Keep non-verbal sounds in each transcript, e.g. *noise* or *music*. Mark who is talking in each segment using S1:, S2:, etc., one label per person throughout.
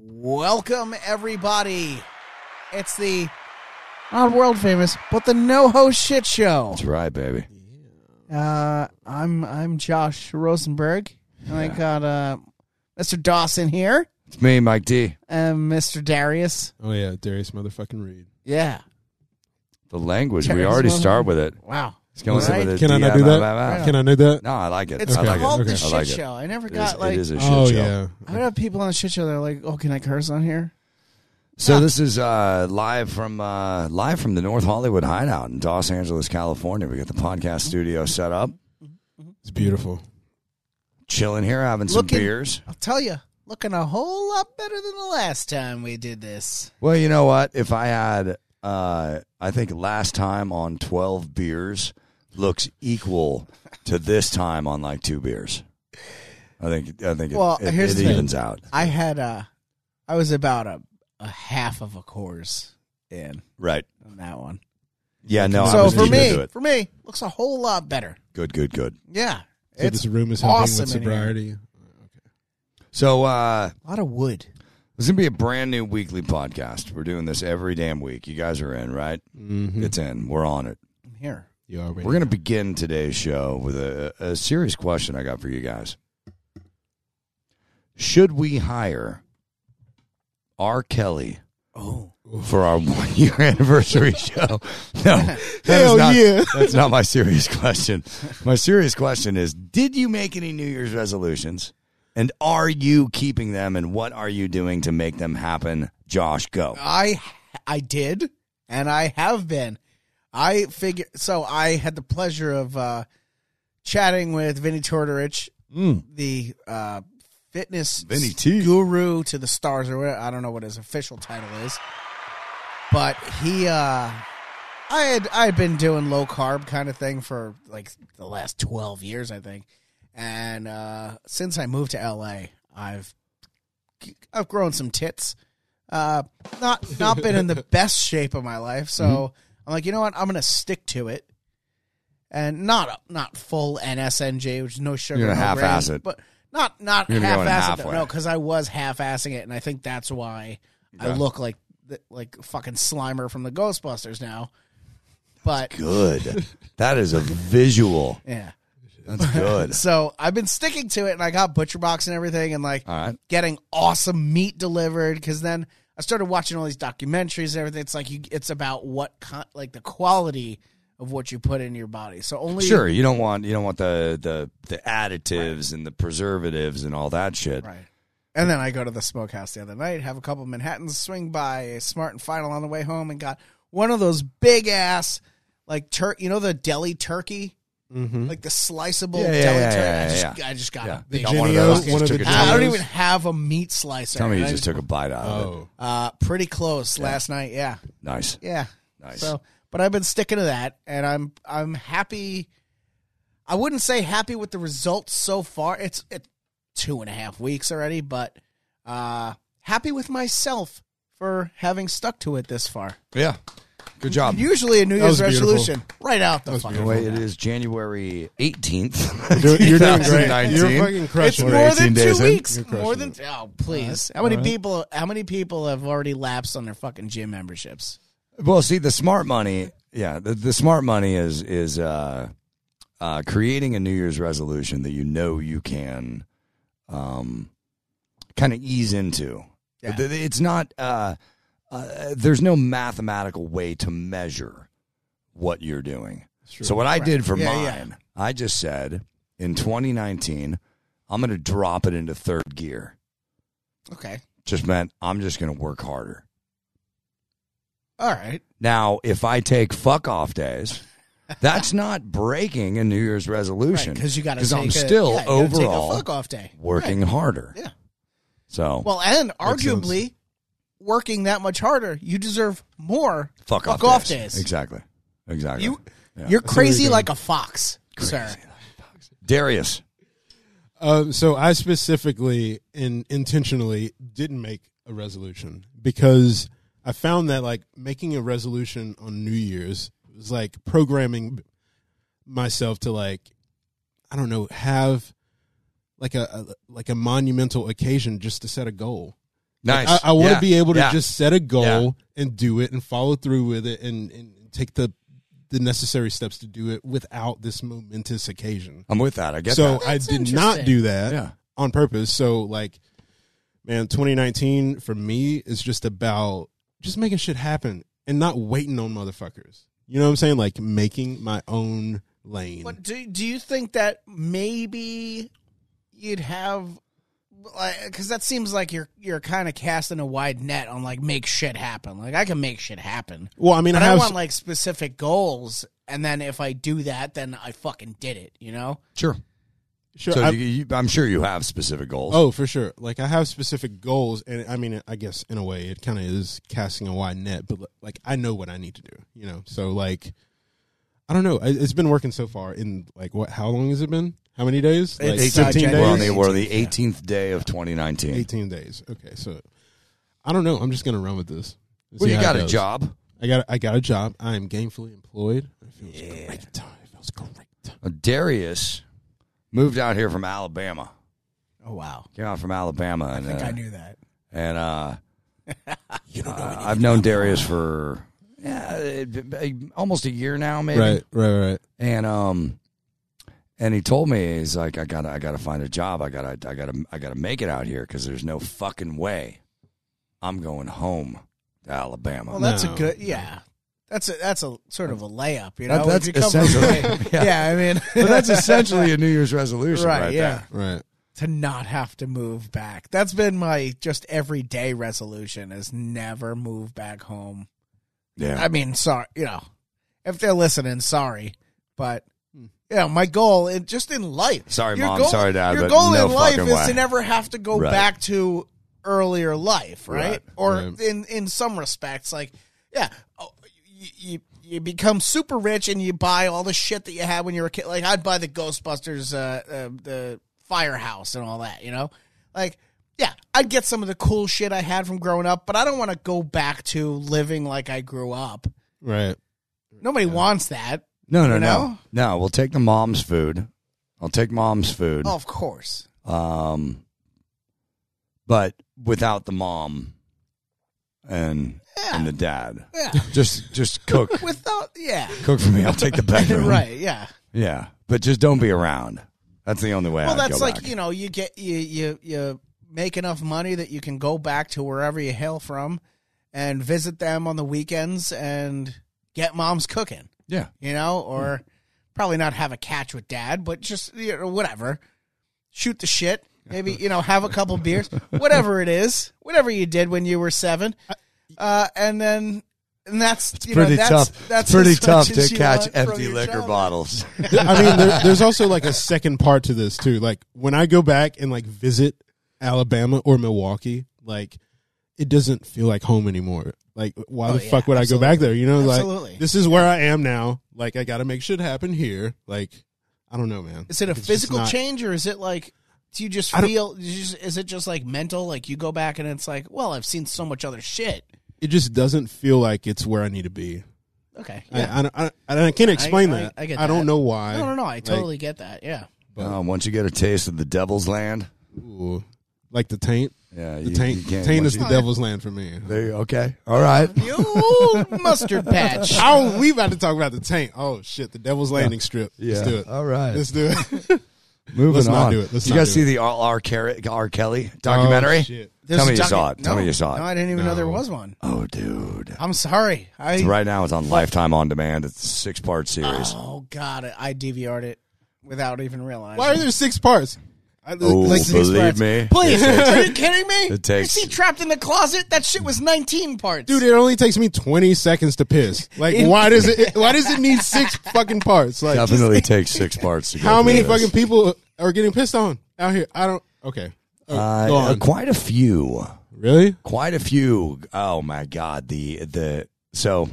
S1: Welcome, everybody. It's the not world famous, but the no host shit show.
S2: That's right, baby.
S1: Uh, I'm I'm Josh Rosenberg, and I got uh, Mr. Dawson here,
S2: It's me, Mike D.
S1: and Mr. Darius.
S3: Oh yeah, Darius motherfucking Reed.
S1: Yeah.
S2: The language. We
S1: Terrence
S2: already
S1: Miller.
S2: start with it.
S1: Wow.
S2: It's going
S1: Right.
S2: with it.
S3: Can I not do that? Can I do that?
S2: No, I like it.
S1: It's
S2: I like
S1: called
S2: it.
S1: the
S3: Okay.
S2: I
S1: shit
S2: like it.
S1: show. I never
S2: It
S1: got
S2: is,
S1: like
S2: it is a shit
S3: Oh
S2: show.
S3: yeah.
S1: I have people on the shit show that are like, "Oh, can I curse on here?"
S2: So this is uh, live from uh, live from the North Hollywood Hideout in Los Angeles, California. We got the podcast studio set up,
S3: It's beautiful.
S2: chilling here, having some
S1: Looking-
S2: beers.
S1: I'll tell you, looking a whole lot better than the last time we did this.
S2: Well, you know what? If I had, uh, I think last time on twelve beers looks equal to this time on like two beers. I think I think it-
S1: Well,
S2: it,
S1: here's
S2: it
S1: the thing.
S2: evens out.
S1: I had uh, I was about a, a half of a course in
S2: Right.
S1: on that one.
S2: Yeah, no, Oh, I
S1: so
S2: was
S1: for
S2: deep
S1: me,
S2: into it.
S1: for me, looks a whole lot better.
S2: Good, good, good.
S1: Yeah,
S3: So
S1: it's
S3: this room is helping
S1: awesome
S3: with
S1: in here.
S3: sobriety.
S2: So uh
S1: a lot of wood.
S2: this is gonna be a brand new weekly podcast. We're doing this every damn week. You guys are in, right?
S3: Mm-hmm.
S2: It's in. We're on it.
S1: I'm here.
S3: You are
S2: We're gonna begin today's show with a, a serious question I got for you guys. Should we hire R. Kelly
S1: Oh,
S2: for our one year *laughs* anniversary show? No. that is not,
S3: yeah.
S2: That's not my serious question. My serious question is Did you make any New Year's resolutions? And are you keeping them? And what are you doing to make them happen? Josh, go.
S1: I I did, and I have been. I figure so. I had the pleasure of uh, chatting with Vinny Tortorich, the uh, fitness
S2: Mm. Vinny T.
S1: guru to the stars, or whatever. I don't know what his official title is, but he. Uh, I had I had been doing low carb kind of thing for like the last twelve years, I think, and uh, since I moved to LA, I've I've grown some tits. Uh, not not been in
S2: *laughs*
S1: the best shape of my life, so
S2: Mm-hmm.
S1: I'm like, you know what? I'm gonna stick to it, and not not full NSNJ, which is no sugar,
S2: You're gonna
S1: no
S2: half-ass
S1: grain,
S2: it.
S1: but not not
S2: You're gonna
S1: half
S2: go in
S1: assed
S2: halfway.
S1: no, because I was half assing it, and I think that's why I
S2: Okay.
S1: look like th- like fucking Slimer from the Ghostbusters now. But
S2: Good. That is a visual.
S1: yeah,
S2: That's good.
S1: so I've been sticking to it, and I got Butcher Box and everything, and like
S2: All right.
S1: getting awesome meat delivered because then I started watching all these documentaries and everything. It's like you, it's about what con- like the quality of what you put in your body. So only
S2: Sure, you don't want you don't want the the, the additives and the preservatives and all that shit.
S1: right. And then I go to the smokehouse the other night, have a couple Manhattans, swing by a Smart and Final on the way home, and got one of those big ass like tur you know the deli turkey,
S3: Mm-hmm.
S1: like the sliceable
S2: Yeah, yeah,
S1: deli
S2: yeah,
S1: turkey.
S2: yeah,
S1: I just
S2: yeah.
S1: I just got
S2: Yeah.
S1: a big.
S2: Got one of
S3: Genio,
S2: those. Just
S3: one of
S2: took
S3: the
S2: a
S1: I
S2: bite.
S3: Genios.
S1: don't even have a meat slicer.
S2: Tell me you
S1: And I
S2: just took a bite out of it.
S3: Oh,
S1: uh, pretty close last night. Yeah,
S2: Nice,
S1: yeah.
S2: nice.
S1: So, but I've been sticking to that, and I'm I'm happy. I wouldn't say happy with the results so far. It's it's two and a half weeks already, but uh, happy with myself for having stuck to it this far.
S2: yeah, good job.
S1: Usually a New
S3: That was
S1: Year's
S3: beautiful.
S1: resolution, right out the
S3: was
S1: fucking.
S2: By the way, it is January eightth,
S3: you're, *laughs* you're doing great.
S2: 2019.
S3: You're fucking
S1: It's
S3: crushing
S1: more
S3: it.
S1: than
S2: 18
S1: two
S2: days in.
S1: weeks.
S3: You're crushing
S1: More than oh, please. How many people? How many people have already lapsed on their fucking gym memberships?
S2: Well, see, the smart money, yeah, the, the smart money is is uh, uh, creating a New Year's resolution that you know you can, um, kind of ease into.
S1: Yeah.
S2: Th- It's not. Uh, uh, there's no mathematical way to measure what you're doing. So what I did for
S1: Yeah, yeah.
S2: mine, I just said in 2019, I'm going to drop it into third gear.
S1: Okay,
S2: Just meant I'm just going to work harder.
S1: all right.
S2: Now, if I take fuck off days, that's not breaking a New Year's resolution
S1: Because you got to.
S2: because I'm still
S1: take a
S2: overall
S1: fuck off day.
S2: working harder.
S1: Yeah.
S2: So
S1: Well, and
S3: Makes sense.
S1: arguably, working that much harder, you deserve more.
S2: fuck,
S1: fuck
S2: off,
S1: off
S2: days.
S1: days.
S2: Exactly. Exactly.
S1: You,
S2: Yeah.
S1: you're
S3: what
S1: crazy
S3: you're
S1: like a fox, sir.
S2: Darius.
S3: Um, so I specifically and intentionally didn't make a resolution because I found that like making a resolution on New Year's was like programming myself to like I don't know have like a, a like a monumental occasion just to set a goal.
S2: Nice.
S3: I, I want to
S2: Yeah.
S3: be able to
S2: Yeah.
S3: just set a goal
S2: Yeah.
S3: and do it and follow through with it and, and take the the necessary steps to do it without this momentous occasion.
S2: I'm with that. I get
S3: so
S2: that.
S3: I
S1: That's
S3: did not
S1: interesting.
S3: do that
S2: Yeah.
S3: on purpose. So like, man, 2019 for me is just about just making shit happen and not waiting on motherfuckers. You know what I'm saying? Like making my own lane.
S1: But do do you think that maybe you'd have because that seems like you're you're kind of casting a wide net on like make shit happen. Like I can make shit happen,
S3: well, I mean,
S1: but
S3: I
S1: I
S3: have
S1: want like specific goals, and then if I do that, then I fucking did it. You know?
S2: Sure.
S3: sure,
S2: so
S3: I-
S2: you, you, I'm sure you have specific goals.
S3: Oh, for sure. Like I have specific goals, and I mean, I guess in a way, it kind of is casting a wide net. But like, I know what I need to do, you know. So like, I don't know. I- It's been working so far. In like, what? How long has it been? How many days? Like
S1: It's, uh,
S3: 15
S2: We're on the,
S3: days.
S2: we're on the 18th day of 2019.
S3: Eighteen days. Okay, so I don't know. I'm just gonna run with this. and
S2: Well,
S3: see
S2: you
S3: how it
S2: got a
S3: goes.
S2: job.
S3: I got. I got a job. I am gainfully employed. It feels great. It feels great.
S2: Uh, Darius moved out here from Alabama.
S1: Oh wow!
S2: Came out from Alabama. And,
S1: I think
S2: uh,
S1: I knew that.
S2: And uh, uh, I've known Darius for yeah, it- it- almost a year now, maybe.
S3: Right. Right. Right.
S2: and um and he told me he's like i gotta i gotta find a job i gotta i gotta i gotta make it out here because there's no fucking way i'm going home to alabama
S1: *laughs* Well, Oh, that's
S3: No.
S1: a good yeah. That's a that's a sort of a layup. You
S2: That-
S1: know?
S2: that's
S1: If you come from-
S2: essentially- *laughs* yeah.
S1: yeah. I mean, *laughs*
S2: but that's essentially a new year's resolution right,
S1: right. yeah.
S2: there
S3: Right.
S1: to not have to move back. That's been my just everyday resolution is never move back home.
S2: yeah
S1: I mean, sorry, you know, if they're listening, sorry, but
S2: Hmm.
S1: you know, my goal it just in life.
S2: Sorry,
S1: your
S2: Mom, sorry, Dad,
S1: Your
S2: but
S1: goal
S2: no
S1: in life
S2: fucking
S1: is
S2: way.
S1: to never have to go
S2: Right.
S1: back to earlier life, right?
S2: Right,
S1: Or
S3: right.
S1: in in some respects, like yeah. Oh, you, you you become super rich and you buy all the shit that you had when you were a kid. Like I'd buy the Ghostbusters, uh, uh, the firehouse and all that. You know, like yeah, I'd get some of the cool shit I had from growing up, but I don't want to go back to living like I grew up.
S3: Right.
S1: Nobody wants that.
S2: no no
S1: You
S2: no
S1: know?
S2: no we'll take the mom's food i'll take mom's food
S1: Oh, of course.
S2: um but without the mom and and the dad
S1: Yeah.
S2: just just cook
S1: Without, yeah.
S2: cook *laughs* for me i'll take the
S1: *laughs*
S2: bedroom
S1: right, yeah.
S2: Yeah, but just don't be around. That's the only way.
S1: Well,
S2: I'd
S1: that's
S2: go
S1: like,
S2: back.
S1: you know, you get, you, you, you make enough money that you can go back to wherever you hail from and visit them on the weekends and get mom's cooking,
S2: yeah,
S1: you know, or
S2: Hmm.
S1: probably not have a catch with dad, but just, you know, whatever. Shoot the shit. Maybe, you know, have a
S2: *laughs*
S1: couple beers, whatever it is, whatever you did when you were seven. Uh, and then, and that's, you know,
S2: pretty
S1: that's,
S2: tough.
S1: that's
S2: That's pretty
S1: as
S2: tough
S1: much
S2: to
S1: as you
S2: catch
S1: want from
S2: empty
S1: your
S2: liquor
S1: childhood. *laughs*
S2: bottles.
S3: *laughs* I mean, there, there's also like a second part to this too. Like when I go back and like visit Alabama or Milwaukee, like it doesn't feel like home anymore. Like why
S1: Oh,
S3: the
S1: yeah,
S3: fuck would I go back there? You know,
S1: Absolutely.
S3: like this is where I am now. Like I got to make shit happen here. Like I don't know, man.
S1: Is it a
S3: It's just
S1: physical
S3: not-
S1: change or is it like do you just
S3: I don't-
S1: feel you just- is it just like mental like you go back and it's like, well, I've seen so much other shit.
S3: It just doesn't feel like it's where I need to be.
S1: Okay.
S3: I, I, don't- I, and I can't explain
S1: I-
S3: that.
S1: I get
S3: don't
S1: that.
S3: know why.
S1: no, no, no. I totally get that. Yeah.
S2: Uh, once you get a taste of the devil's land,
S3: Like, ooh, like the taint.
S2: yeah,
S3: The
S2: you,
S3: taint.
S2: you can't.
S3: taint
S2: once
S3: is
S2: you-
S3: the devil's land for me.
S2: there you- okay, all right.
S1: You *laughs* old mustard patch.
S3: Oh, we about to talk about the tank. Oh shit, the Devil's Landing strip. Let's do it.
S2: all right.
S3: Let's do it. *laughs*
S2: Moving
S3: let's
S2: on.
S3: not do it. Let's
S2: you
S3: not
S2: guys
S3: do
S2: see the R. R. Kelly, R. Kelly documentary?
S3: Oh, shit.
S1: There's
S2: Tell
S1: a
S2: me you
S1: docu-
S2: saw it. Tell
S1: no.
S2: me you saw it.
S1: No, I didn't even know there was one.
S2: Oh, dude.
S1: I'm sorry. I
S2: Right now it's on Lifetime on demand. It's a six part
S3: Ah,
S2: series.
S1: Oh god, I- I DVR'd it without even realizing.
S3: Why are there six parts? I,
S2: Oh,
S3: six
S2: believe
S3: parts.
S2: me,
S1: Please, are
S3: *laughs*
S1: you kidding me?
S2: It takes-
S1: Is he trapped in the closet? That shit was 19 parts.
S3: dude, it only takes me twenty seconds to piss. Like, why does it, Why does it need
S1: *laughs*
S3: six fucking parts? Like, *laughs*
S2: definitely takes six parts. To go
S3: how
S2: through
S3: many
S2: this.
S3: fucking people are getting pissed on out here? I don't. Okay, Oh,
S2: Uh,
S3: go on.
S2: quite a few.
S3: really?
S2: quite a few. Oh my god, the the so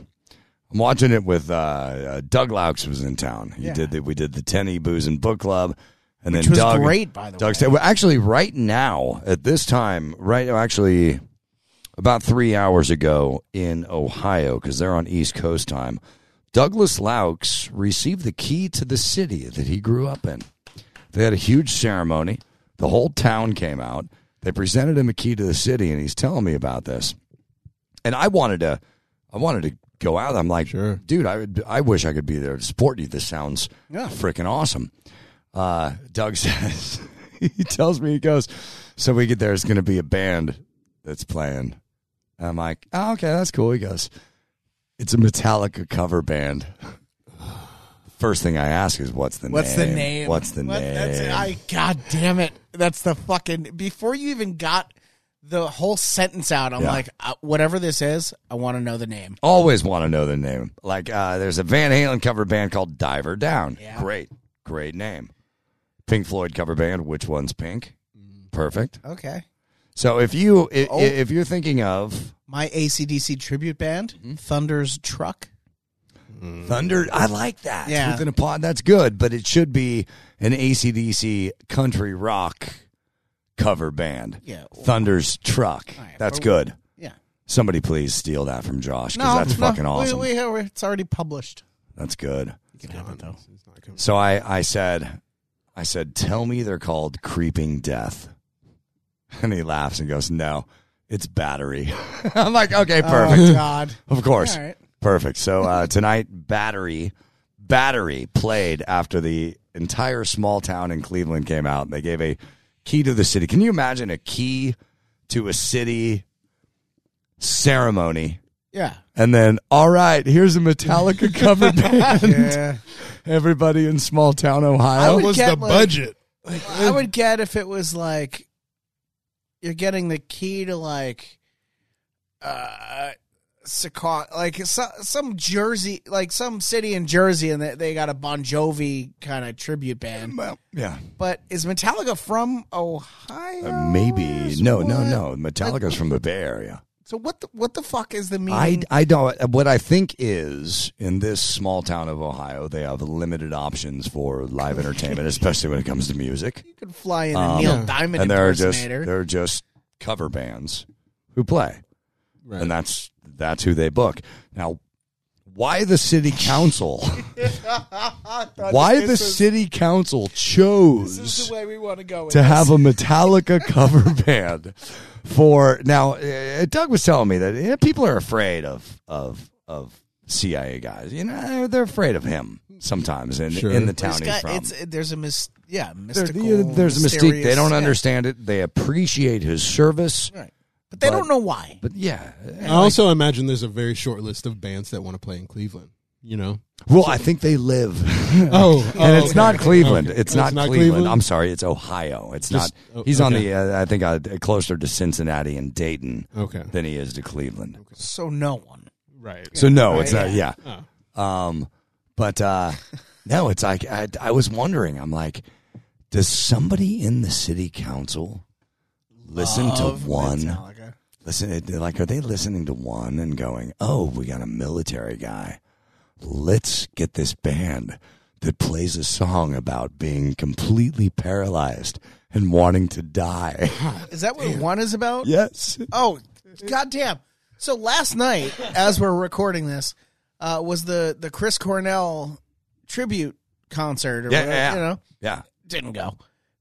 S2: I'm watching it with uh, uh, Doug Laux was in town. He
S1: Yeah.
S2: did the, we did the Tenny Booze and Book Club, and
S1: Which
S2: then
S1: was
S2: Doug
S1: great, by the
S2: Doug
S1: way.
S2: said, well, actually, right now at this time, right now, actually about three hours ago in Ohio because they're on East Coast time. Douglas Laux received the key to the city that he grew up in. They had a huge ceremony. The whole town came out. They presented him a key to the city, and he's telling me about this. And I wanted to, I wanted to go out. I'm like,
S3: Sure.
S2: dude, I would, I wish I could be there to support you. This sounds
S1: Yeah.
S2: freaking awesome. Uh, Doug *laughs* says, he tells me, he goes, so we get there, it's going to be a band that's playing. And I'm like, oh, okay, that's cool. He goes, it's a Metallica cover band. *sighs* First thing I ask is, what's the
S1: What's
S2: name?
S1: the name?
S2: What's the
S1: What-
S2: name?
S1: That's, I God damn it! That's the fucking before you even got the whole sentence out. I'm
S2: Yeah.
S1: like, uh, whatever this is, I want to know the name.
S2: always want to know the name. Like, uh, there's a Van Halen cover band called Diver Down.
S1: Yeah.
S2: Great, great name. Pink Floyd cover band. Which one's pink? Perfect.
S1: Okay,
S2: So if you if,
S1: Mm. Oh.
S2: if you're thinking of
S1: my ACDC tribute band, Thunder's Truck.
S2: Thunder, I like that.
S1: Mm. Yeah.
S2: Within a pod, that's good. But it should be an ACDC country rock cover band.
S1: Yeah. oh.
S2: Thunder's Truck.
S1: right,
S2: that's
S1: but-
S2: good.
S1: Yeah,
S2: Somebody please steal that from Josh because that's fucking awesome.
S1: We, we, it's already published.
S2: That's good.
S1: You can have it though.
S3: It's not coming.
S2: So I, I said, I said, tell me they're called creeping death. *laughs* And he laughs and goes, no, it's battery. *laughs* I'm like, okay, perfect.
S1: Oh God.
S2: Of course.
S1: All right.
S2: Perfect. So uh, tonight, Battery, Battery played after the entire small town in Cleveland came out. And they gave a key to the city. Can you imagine a key to a city ceremony?
S1: Yeah. *laughs*
S2: And then, all right, here's a Metallica cover band.
S1: Yeah.
S2: Everybody in small town
S1: I would
S2: Ohio.
S3: What was
S1: get,
S3: the
S1: like-
S3: budget?
S1: I would get if it was like you're getting the key to like uh Saca- like so, some Jersey like some city in Jersey and they, they got a Bon Jovi kind of tribute band.
S2: Well, yeah.
S1: But is Metallica from Ohio?
S2: Uh, maybe.
S1: is
S2: No, no,
S1: what-
S2: no. Metallica's from the Bay Area.
S1: So what the, what the fuck is the
S2: I,
S1: meaning?
S2: I don't. uh, What I think is in this small town of Ohio, they have limited options for live entertainment, especially when it comes to music.
S1: you could fly in a
S2: Um,
S1: Neil
S2: yeah.
S1: Diamond
S2: and there are just
S1: impersonator.
S2: there are just cover bands who play,
S3: Right.
S2: and that's that's who they book. Now, why the city council? why the city council chose
S1: this is the way we want to go. With
S2: to
S1: this.
S2: have a Metallica *laughs* cover band for now. uh, Doug was telling me that yeah, people are afraid of of of CIA guys. You know, they're afraid of him sometimes in
S3: Sure.
S2: in the town
S1: There's
S2: he's
S1: got-
S2: from.
S1: it's- there's a mis- yeah
S2: There-
S1: mystical.
S2: yeah, there's a mystique. They
S1: mysterious-
S2: don't
S1: yeah.
S2: understand it. They appreciate his service,
S1: Right. But they
S2: But-
S1: don't know why.
S2: but yeah.
S3: I also imagine there's a very short list of bands that want to play in Cleveland. You know?
S2: Well, I think they live.
S3: *laughs* Oh,
S2: and it's not Cleveland.
S3: Okay. Oh,
S2: It's,
S3: It's
S2: not,
S3: not
S2: Cleveland.
S3: Cleveland?
S2: I'm sorry. It's Ohio. It's
S3: Just-
S2: not.
S3: oh,
S2: He's on
S3: okay. Oh.
S2: the. Uh, I think uh, closer to Cincinnati and Dayton
S3: Okay.
S2: than he is to Cleveland.
S1: So no one.
S3: Right.
S2: So no,
S1: Right.
S2: it's not. Yeah.
S3: Oh.
S2: Um, but uh, no, it's like I, I was wondering. I'm like, does somebody in the city council listen
S1: Of
S2: to one?
S1: Metallica.
S2: Listen, they're like, are they listening to one and going, "Oh, we got a military guy. Let's get this band that plays a song about being completely paralyzed and wanting to *laughs* die."
S1: Is that what one is about?
S2: yes.
S1: Oh, goddamn. So last night, as we're recording this, uh, was the, the Chris Cornell tribute concert. Or
S2: Yeah,
S1: whatever,
S2: yeah, yeah.
S1: You know,
S2: Yeah.
S1: didn't go.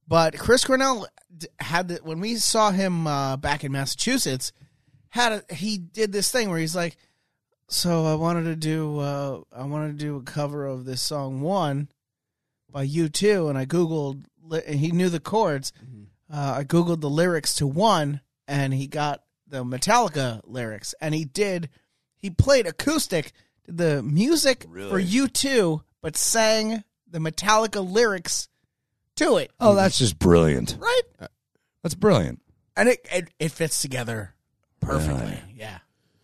S1: But Chris Cornell d- had the, when we saw him uh, back in Massachusetts, had a, he did this thing where he's like, "So I wanted to do uh, I wanted to do a cover of this song one by U two, and I googled li- and he knew the chords. Uh, I googled the lyrics to one, and he got the Metallica lyrics, and he did he played acoustic the music for
S2: Really?
S1: U two, but sang the Metallica lyrics to it,
S2: Oh, that's just brilliant.
S1: right?
S2: That's brilliant.
S1: And it it, it fits together perfectly. Yeah.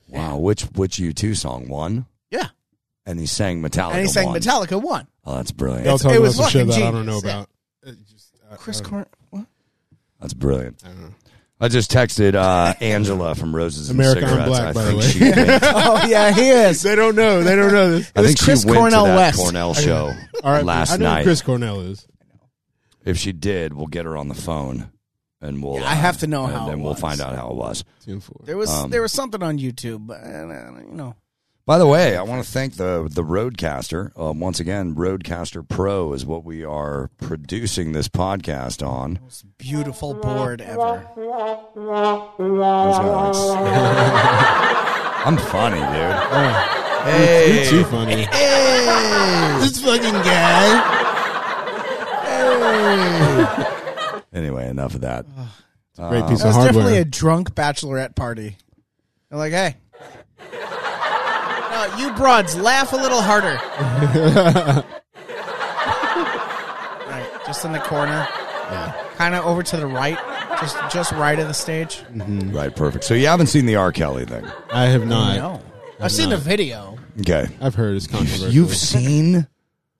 S2: Wow, which which U two song won?
S1: Yeah.
S2: And he sang Metallica.
S1: and he sang
S2: won.
S1: Metallica one.
S2: Oh, that's brilliant.
S3: Y'all
S1: It's-
S3: talking
S1: it
S3: about
S1: was
S3: some shit
S1: fucking
S3: that I don't know
S1: genius.
S3: about. It just- I-
S1: Chris
S3: I don't-
S1: Corn. What?
S2: That's brilliant.
S3: I don't know.
S2: I just texted uh, Angela from Roses and
S3: America on
S2: Cigarettes.
S3: Black,
S2: I
S3: by the
S2: think
S3: way.
S1: *laughs*
S2: she
S1: *laughs*
S2: went,
S1: Oh yeah, he is.
S3: *laughs* They don't know. They don't know this.
S2: I
S1: was
S2: think
S1: Chris
S2: she went
S1: Cornell
S2: to that
S1: West. *laughs*
S2: Cornell show
S3: All right, I
S2: last
S3: know who
S2: night.
S3: Chris Cornell is.
S2: If she did, we'll get her on the phone, and we'll. uh,
S1: Yeah, I have to know
S2: and
S1: how
S2: Then
S1: it
S2: we'll
S1: was.
S2: find out how it was.
S3: Ten four.
S1: There was
S2: Um,
S1: there was something on YouTube, but uh, you know.
S2: By the way, I want to thank the the Roadcaster um, once again. Roadcaster Pro is what we are producing this podcast on.
S1: Most beautiful board ever.
S2: That's how it's- *laughs* I'm funny, dude.
S3: You're too funny.
S1: this fucking guy.
S2: Anyway, enough of that. Uh,
S3: Great piece
S1: That
S3: of
S1: was definitely a
S3: hardware.
S1: drunk bachelorette party. I'm like, hey. *laughs* Uh, you broads, laugh a little *laughs* harder. right, just in the corner, kind of over to the right, just just right of the stage.
S2: Right, perfect. So you haven't seen the R. Kelly thing,
S3: I have not.
S1: Oh, No, I've seen the video.
S2: okay?
S3: I've heard it's controversial.
S2: You've seen,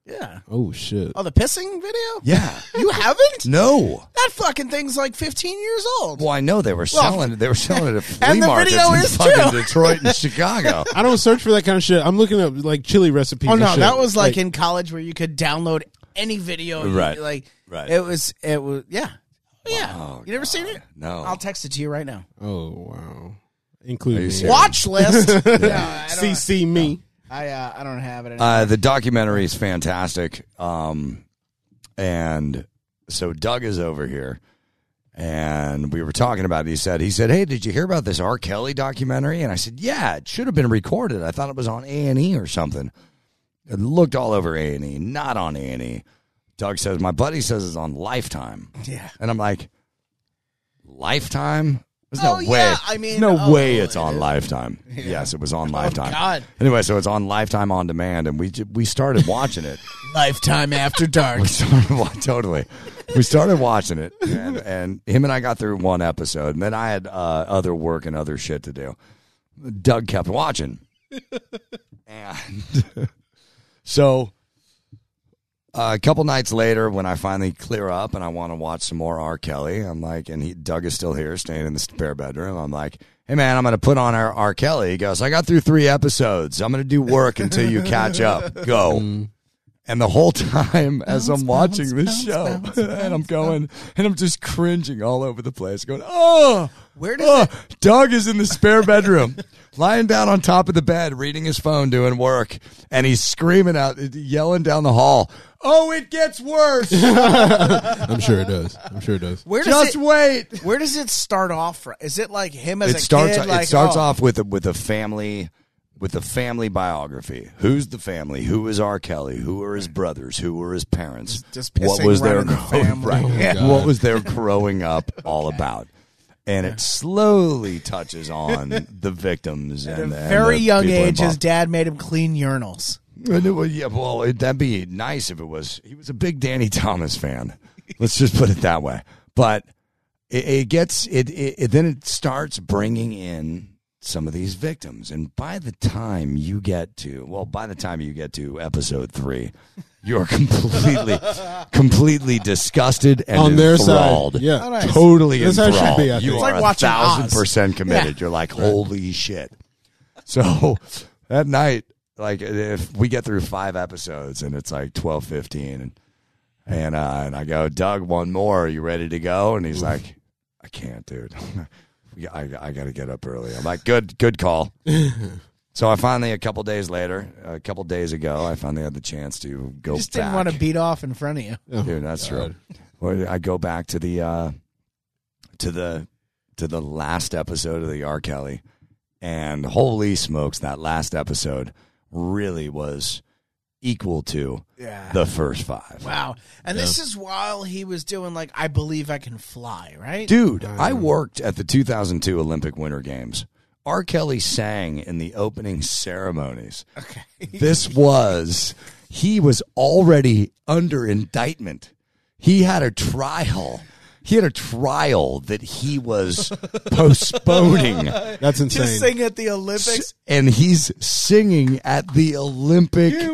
S1: Yeah.
S3: oh shit.
S1: Oh, the pissing video?
S2: yeah,
S1: You haven't?
S2: no.
S1: That fucking thing's like 15 years old.
S2: Well, I know they were selling. They were selling it at flea
S1: *laughs* and the
S2: markets
S1: video
S2: in
S1: is
S2: fucking
S1: true.
S2: Detroit
S1: *laughs*
S2: and Chicago.
S3: I don't search for that kind of shit. I'm looking up like chili recipes.
S1: Oh
S3: and
S1: no,
S3: shit.
S1: that was like, in college where you could download any video. you-
S2: Right.
S1: Like
S2: Right.
S1: it was it was yeah. Oh, Yeah. you never seen it?
S2: No.
S1: I'll text it to you right now.
S3: oh wow. Include
S2: Are you
S3: me.
S2: serious?
S1: Watch
S2: *laughs*
S1: list. No,
S3: *laughs*
S1: I don't,
S3: CC me.
S1: I, uh, I don't have it. Anymore.
S2: Uh, the documentary is fantastic. Um, and so Doug is over here, and we were talking about it. He said, "He said, hey, did you hear about this R. Kelly documentary?" And I said, "Yeah, it should have been recorded. I thought it was on A and E or something. It looked all over A and E, not on A and E." Doug says, "My buddy says it's on Lifetime."
S1: Yeah.
S2: and I'm like, "Lifetime." There's no
S1: Oh,
S2: way.
S1: yeah, I mean,
S2: no
S1: oh,
S2: way it's
S1: it
S2: on Lifetime. Yes, it was on Lifetime.
S1: God.
S2: Anyway, so it's on Lifetime on demand, and we ju- we started watching it.
S1: Lifetime After
S2: *laughs*
S1: Dark.
S2: we started wa- totally. We started watching it, and, and him and I got through one episode, and then I had uh, other work and other shit to do. Doug kept watching, and so uh, a couple nights later, when I finally clear up and I want to watch some more R. Kelly, I'm like, and he Doug is still here, staying in the spare bedroom. I'm like, hey man, I'm gonna put on our R. Kelly. He goes, I got through three episodes. I'm gonna do work until you catch up. Go. And the whole *laughs* time as I'm watching this show, *laughs* and I'm going, and I'm just cringing all over the place, going, oh,
S1: Where does
S2: oh, Doug is in the spare bedroom, *laughs* lying down on top of the bed, reading his phone, doing work, and he's screaming out, yelling down the hall, oh, it gets worse.
S3: I'm sure it does. I'm sure it does.
S1: Where does
S2: just
S1: it?
S2: wait.
S1: Where does it start off from? Is it like him as
S2: It
S1: a
S2: starts,
S1: kid? like,
S2: it starts
S1: oh,
S2: off with a, with a family. With a family biography, who's the family? Who is R. Kelly? Who are his brothers? Who were his parents?
S1: Just
S2: what
S1: pissing
S2: was their
S1: running the family.
S2: *laughs* right.
S3: God.
S2: what was their growing up all about and it slowly touches on the victims
S1: At a
S2: and, and
S1: very
S2: the
S1: young
S2: people
S1: age, his
S2: involved.
S1: dad made him clean urinals.
S2: And it was- yeah, well it, that'd be nice if it was he was a big danny thomas fan let's just put it that way but it, it gets it, it, it then it starts bringing in some of these victims and by the time you get to well by the time you get to episode three you're *laughs* completely completely disgusted and
S3: On their
S2: enthralled
S3: side. Yeah.
S1: Oh, nice.
S2: totally
S3: That's how it should
S2: enthralled.
S3: be, I
S2: you
S3: think.
S1: It's
S2: are
S1: like
S2: a
S1: watching
S2: thousand
S1: Oz.
S2: percent committed.
S1: Yeah.
S2: You're like, holy shit. So *laughs* that night, like, if we get through five episodes and it's like twelve fifteen, and and uh, and I go, Doug, one more. Are you ready to go? And he's like, I can't, dude. *laughs* Yeah, I I got to get up early. I'm like, good, good call.
S1: *laughs*
S2: So I finally, a couple days later, a couple days ago, I finally had the chance to go.
S1: Just
S2: back.
S1: didn't want to beat off in front of you.
S3: Oh,
S2: Dude, that's
S3: God.
S2: true. Well, I go back to the uh, to the to the last episode of the R. Kelly, and holy smokes, that last episode really was equal to
S1: Yeah.
S2: the first five.
S1: Wow. And this is while he was doing like I believe I can fly, right?
S2: Dude, I worked at the 2002 Olympic Winter Games. R. Kelly sang in the opening ceremonies. Okay. this was, he was already under indictment. He had a trial. He had a trial that he *laughs* was postponing.
S3: *laughs* That's insane.
S1: Just sing at the Olympics.
S2: And he's singing at the Olympic Games.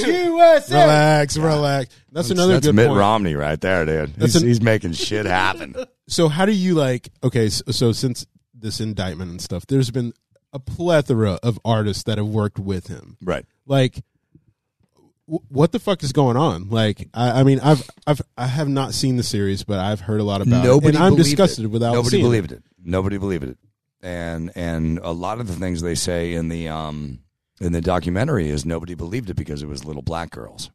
S1: USA.
S3: relax, relax. That's, another
S2: That's
S3: good
S2: Mitt
S3: point.
S2: Romney right there, dude. He's,
S3: an-
S2: he's making shit *laughs* happen.
S3: So how do you like? Okay, so, so since this indictment and stuff, there's been a plethora of artists that have worked with him.
S2: right.
S3: Like, w- what the fuck is going on? Like, I, I mean, I've I've I have not seen the series, but I've heard a lot about
S2: Nobody
S3: it, and I'm
S2: believed
S3: disgusted
S2: it.
S3: without
S2: Nobody
S3: seeing
S2: believed it. Nobody believed it. and and a lot of the things they say in the um in the documentary is nobody believed it because it was little black girls.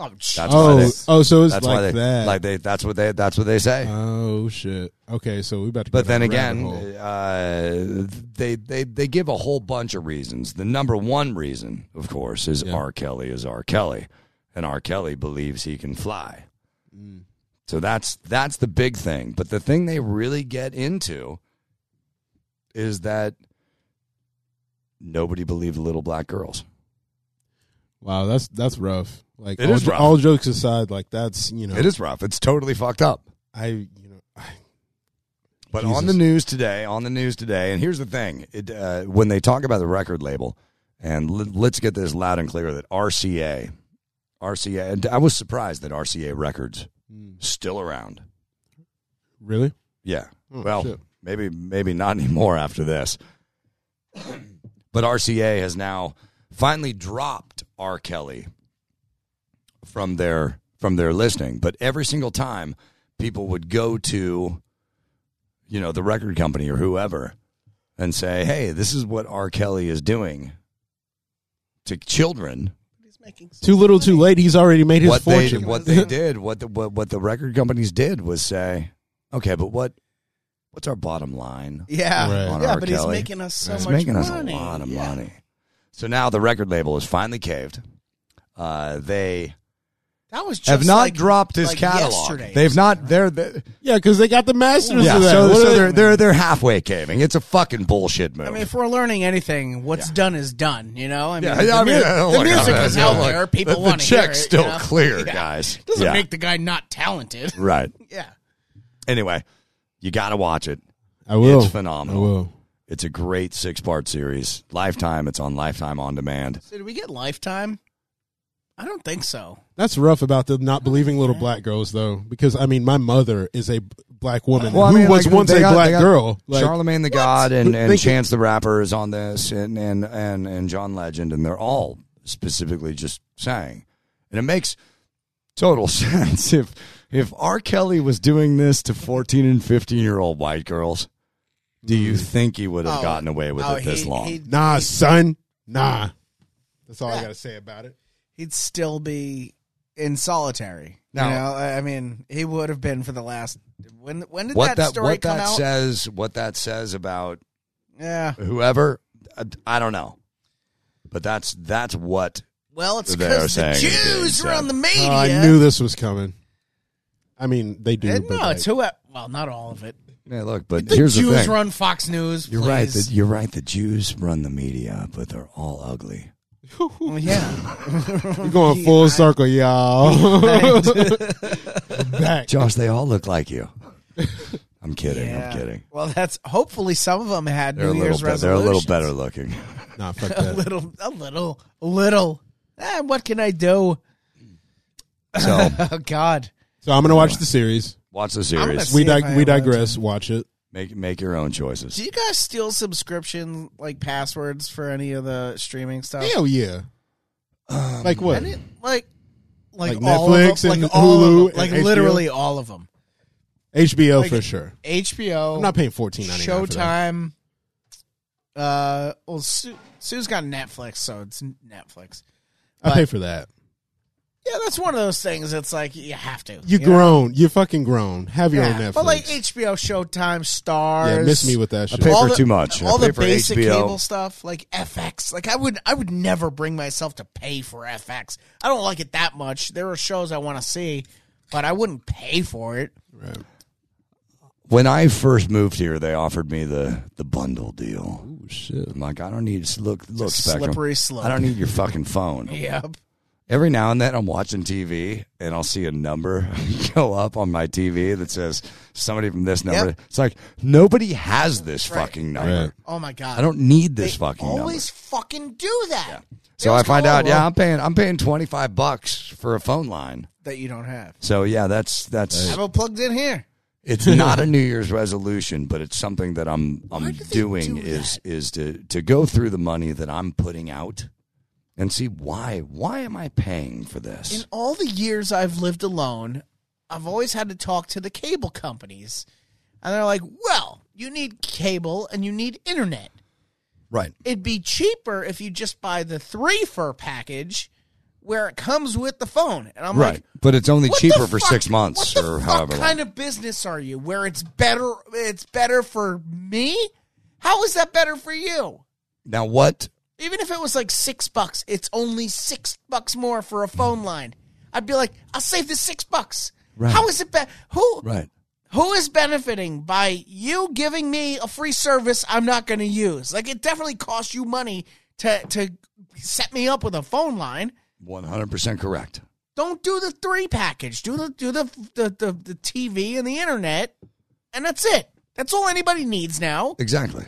S1: Oh,
S2: That's
S3: oh,
S2: why they,
S3: oh, so it's
S2: that's
S3: like
S2: why they,
S3: that.
S2: like they that's what they that's what they say.
S3: oh shit. Okay, so we about to. go
S2: But
S3: down
S2: then
S3: a rabbit
S2: again,
S3: hole.
S2: uh, they, they they give a whole bunch of reasons. The number one reason, of course, is
S3: Yeah.
S2: R. Kelly is R. Kelly, and R. Kelly believes he can fly.
S3: Mm.
S2: So that's that's the big thing. But the thing they really get into is that nobody believed little black girls.
S3: wow, that's that's rough. Like
S2: It
S3: all,
S2: is
S3: jo-
S2: rough.
S3: all jokes aside, like that's you know,
S2: It is rough. It's totally fucked up.
S3: I you know, I,
S2: But
S3: Jesus.
S2: on the news today, on the news today, and here's the thing: it, uh, when they talk about the record label, and l- let's get this loud and clear that RCA, RCA, and I was surprised that RCA Records still around.
S3: really.
S2: Yeah,
S3: Oh,
S2: well,
S3: shit.
S2: maybe maybe not *laughs* anymore after this. But RCA has now finally dropped R. Kelly from their from their listing. But every single time, people would go to, you know, the record company or whoever, and say, "Hey, this is what R. Kelly is doing to children."
S1: He's making
S3: Too little, too late. He's already made his
S2: what they
S3: fortune.
S2: what they did, what the what, what the record companies did was say, "Okay, but what what's our bottom line?"
S1: Yeah,
S3: Right.
S2: On
S1: yeah,
S2: R.
S1: but he's
S2: Kelly.
S1: making us so
S2: It's
S1: much
S2: making us
S1: money.
S2: a lot of
S1: Yeah.
S2: money. So now the record label has finally caved. Uh, they
S1: That was just
S2: have not
S1: like,
S2: dropped his
S1: like
S2: catalog.
S1: yesterday or
S2: They've not. They're, they're
S3: Yeah, because they got the masters
S2: yeah.
S3: of that.
S2: So,
S3: What
S2: so
S3: are they-
S2: they're they're they're halfway caving. It's a fucking bullshit move.
S1: I mean, if we're learning anything, what's done is done. You know, I mean,
S2: yeah,
S1: the,
S2: I mean,
S1: mu-
S2: oh
S1: the
S2: my
S1: music
S2: God.
S1: is out
S2: Yeah, look,
S1: there. People
S2: the,
S1: want
S2: the
S1: to hear
S2: check's
S1: it,
S2: still
S1: you know?
S2: clear,
S1: Yeah.
S2: guys.
S1: Doesn't
S2: *laughs* Yeah.
S1: make the guy not talented.
S2: right.
S1: Yeah,
S2: Anyway, you got to watch it.
S3: I will.
S2: It's phenomenal.
S3: I will.
S2: It's a great six part series. Lifetime. It's on Lifetime on demand.
S1: so did we get Lifetime? I don't think so.
S3: That's rough about the not believing little black girls, though, because I mean, my mother is a b- black woman
S2: Well, I
S3: who
S2: mean,
S3: was
S2: like,
S3: once
S2: they
S3: a
S2: got-
S3: black
S2: they got
S3: girl. Like,
S2: Charlemagne the God and, and
S3: Thank you.
S2: Chance the Rapper is on this, and, and and and John Legend, and they're all specifically just saying, and it makes total *laughs* sense if if R. Kelly was doing this to fourteen and fifteen year old white girls. Do you think he would have
S1: Mm. Oh,
S2: gotten away with
S1: oh,
S2: it this
S1: he-
S2: long?
S1: He'd,
S3: nah, son, nah. That's all I
S1: Yeah.
S3: gotta say about it.
S1: he'd still be in solitary.
S2: Now-
S1: you know, I I mean, he would have been for the last. When when did
S2: what
S1: that
S2: that,
S1: story
S2: what
S1: come
S2: that
S1: out?
S2: says what that says about
S1: yeah.
S2: whoever I, I don't know, but that's that's what
S1: Well, it's
S2: They're
S1: because the
S2: saying it
S1: Jews
S2: did,
S1: were
S2: so-
S1: on the
S3: Oh,
S1: media.
S3: I knew this was coming. I mean, they do.
S1: Eh,
S3: but,
S1: no,
S3: like,
S1: it's who. Well, not all of it.
S2: yeah, look. But
S1: The
S2: here's the
S1: Jews
S2: thing.
S1: run Fox News.
S2: You're right. The,
S1: please.
S2: you're right. The Jews run the media, but they're all ugly.
S1: Well, yeah.
S3: we're going full circle, y'all. *laughs*
S1: *laughs*
S3: Back.
S2: Josh, they all look like you. *laughs* I'm kidding.
S1: Yeah.
S2: I'm kidding.
S1: Well, that's hopefully some of them had
S2: They're a
S1: New
S2: little.
S1: Year's
S2: Be- they're a
S1: resolutions.
S2: little better looking.
S3: Nah, fuck
S1: *laughs* A
S3: that.
S1: little, a little, a little. Eh, what can I do? *laughs*
S2: So
S1: Oh God,
S3: So I'm gonna watch the series.
S2: watch the
S1: gonna
S2: series.
S1: see
S3: We
S1: if
S3: dig-
S1: I
S3: we
S1: have one,
S3: digress. Watch it.
S2: Make make your own choices.
S1: do you guys steal subscription like passwords for any of the streaming stuff?
S3: Hell yeah.
S1: um,
S3: like what?
S1: Any- like, like,
S3: Like
S1: all of
S3: Netflix
S1: them,
S3: and
S1: like all of
S3: Hulu
S1: them, like
S3: and HBO?
S1: literally all of them.
S3: HBO
S1: like-
S3: for sure.
S1: HBO,
S3: I'm not paying fourteen ninety nine.
S1: Showtime. Uh, well, Sue, Sue's got Netflix, so it's Netflix.
S3: I pay for that.
S1: Yeah, that's one of those things. It's like you have to.
S3: You
S1: know?
S3: grown. You fucking grown. Have your own
S1: Yeah.
S3: Netflix.
S1: But like HBO, Showtime, Stars.
S3: yeah, miss me with that
S2: I
S3: shit.
S2: pay
S1: All
S2: for
S1: the-
S2: too much. I
S1: all
S2: pay
S1: the
S2: for
S1: basic
S2: HBO.
S1: cable stuff, like FX. Like I would, I would never bring myself to pay for FX. I don't like it that much. There are shows I want to see, but I wouldn't pay for it.
S3: Right.
S2: When I first moved here, they offered me the the bundle deal.
S3: Oh shit.
S2: I'm like, I don't need look look
S1: It's a
S2: spectrum.
S1: slippery slope.
S2: I don't need your
S1: *laughs*
S2: fucking phone.
S1: Yep.
S2: every now and then I'm watching TV and I'll see a number *laughs* go up on my TV that says somebody from this number.
S1: Yep.
S2: It's like nobody has this fucking number.
S3: Right.
S1: Oh my god.
S2: I don't need this
S1: They
S2: fucking number.
S1: always fucking do that. They
S2: So I
S1: always
S2: find
S1: go,
S2: out,
S1: "Oh,
S2: yeah,
S1: well,
S2: I'm paying I'm paying 25 bucks for a phone line.
S1: that you don't have.
S2: So yeah, that's that's
S1: I have it plugged in here.
S2: it's not a New Year's resolution, but it's something that I'm
S1: Why
S2: I'm
S1: do they
S2: doing
S1: do
S2: is is to to go through the money that I'm putting out and see why why am I paying for this?
S1: in all the years I've lived alone, I've always had to talk to the cable companies. And they're like, well, you need cable and you need internet.
S2: Right.
S1: It'd be cheaper if you just buy the three fur package where it comes with the phone. And I'm
S2: Right.
S1: like,
S2: but it's only
S1: what the
S2: cheaper for
S1: fuck-
S2: six months
S1: what the
S2: or
S1: fuck
S2: however long.
S1: kind of business are you where it's better it's better for me? How is that better for you?
S2: now, what?
S1: Even if it was like six bucks, it's only six bucks more for a phone line. I'd be like, I'll save the six bucks.
S2: Right.
S1: How is it better? Who
S2: Right.
S1: who is benefiting by you giving me a free service I'm not going to use? Like it definitely costs you money to to set me up with a phone line.
S2: 100% correct.
S1: Don't do the three package. Do the do the the the, the TV and the internet, and that's it. That's all anybody needs now.
S2: Exactly.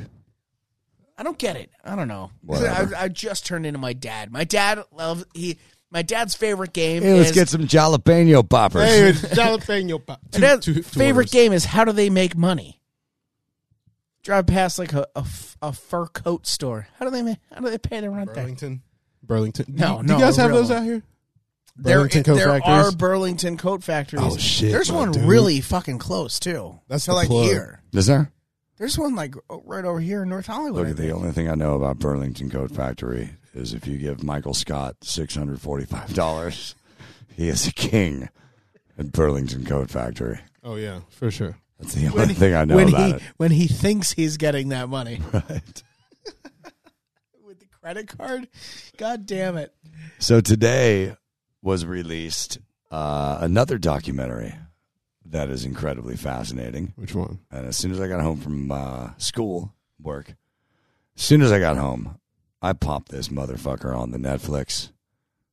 S1: I don't get it. I don't know.
S2: Whatever.
S1: I, I just turned into my dad. My dad loves he. My dad's favorite game
S2: Hey,
S1: is
S2: let's get some jalapeno poppers.
S3: Hey, it's jalapeno
S1: *laughs*
S3: pop.
S1: My dad's favorite game is how do they make money? Drive past like a, a f- a fur coat store. How do they make, how do they pay their rent there?
S3: Burlington. Burlington.
S1: No,
S3: do,
S1: no,
S3: you guys
S1: a
S3: have
S1: real
S3: those
S1: one.
S3: out here?
S1: There,
S3: Burlington
S1: there
S3: Coat
S1: are
S3: Factories?
S1: Burlington coat factories.
S3: Oh, shit,
S1: There's
S3: my
S1: one
S3: dude.
S1: really fucking close too.
S3: That's
S1: to
S3: the
S1: like
S3: plug.
S1: here.
S2: Is there?
S1: There's one like o- right over here in North Hollywood.
S2: Look, the only thing I know about Burlington Coat Factory is if you give Michael Scott $645, he is a king at Burlington Coat Factory.
S3: Oh yeah, for sure.
S2: That's the only thing I know
S1: when
S2: about
S1: he
S2: it.
S1: when he thinks he's getting that money *laughs*
S2: Right.
S1: with the credit card. God damn it!
S2: So today was released uh, another documentary that is incredibly fascinating.
S3: Which one?
S2: And as soon as I got home from uh, school, work, as soon as I got home, I popped this motherfucker on the Netflix.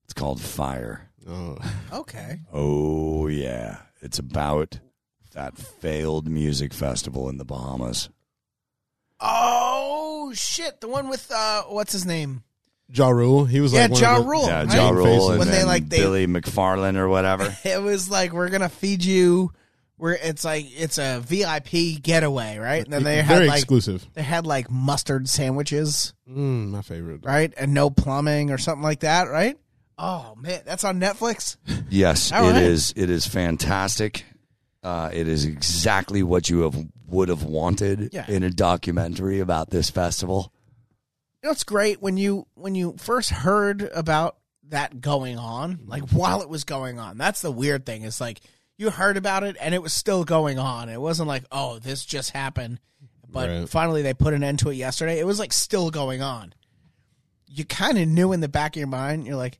S2: It's called Fire.
S3: Oh,
S1: Okay,
S2: Oh, yeah. It's about that failed music festival in the Bahamas.
S1: Oh shit! The one with uh, what's his name?
S3: Ja Rule. He was
S1: Yeah,
S3: like one
S1: Ja
S3: of the-
S1: Rule.
S2: yeah,
S1: right?
S2: Ja
S3: Right.
S2: Rule and
S1: When they,
S2: then
S1: like, they-
S2: Billy McFarlane or whatever.
S1: It was like we're gonna feed you. We're it's like it's a VIP getaway, right? And then they
S3: very
S1: had like
S3: exclusive.
S1: they had like mustard sandwiches,
S3: Mm, my favorite.
S1: right? And no plumbing or something like that, right? Oh man, that's on Netflix.
S2: *laughs* Yes,
S1: All
S2: it
S1: right.
S2: is. It is fantastic. Uh, it is exactly what you have would have wanted
S1: Yeah.
S2: in a documentary about this festival.
S1: You know, it's great when you when you first heard about that going on, like while it was going on. That's the weird thing. It's like you heard about it and it was still going on. It wasn't like, oh, this just happened, but
S3: Right.
S1: finally they put an end to it yesterday. It was like still going on. You kind of knew in the back of your mind, you're like,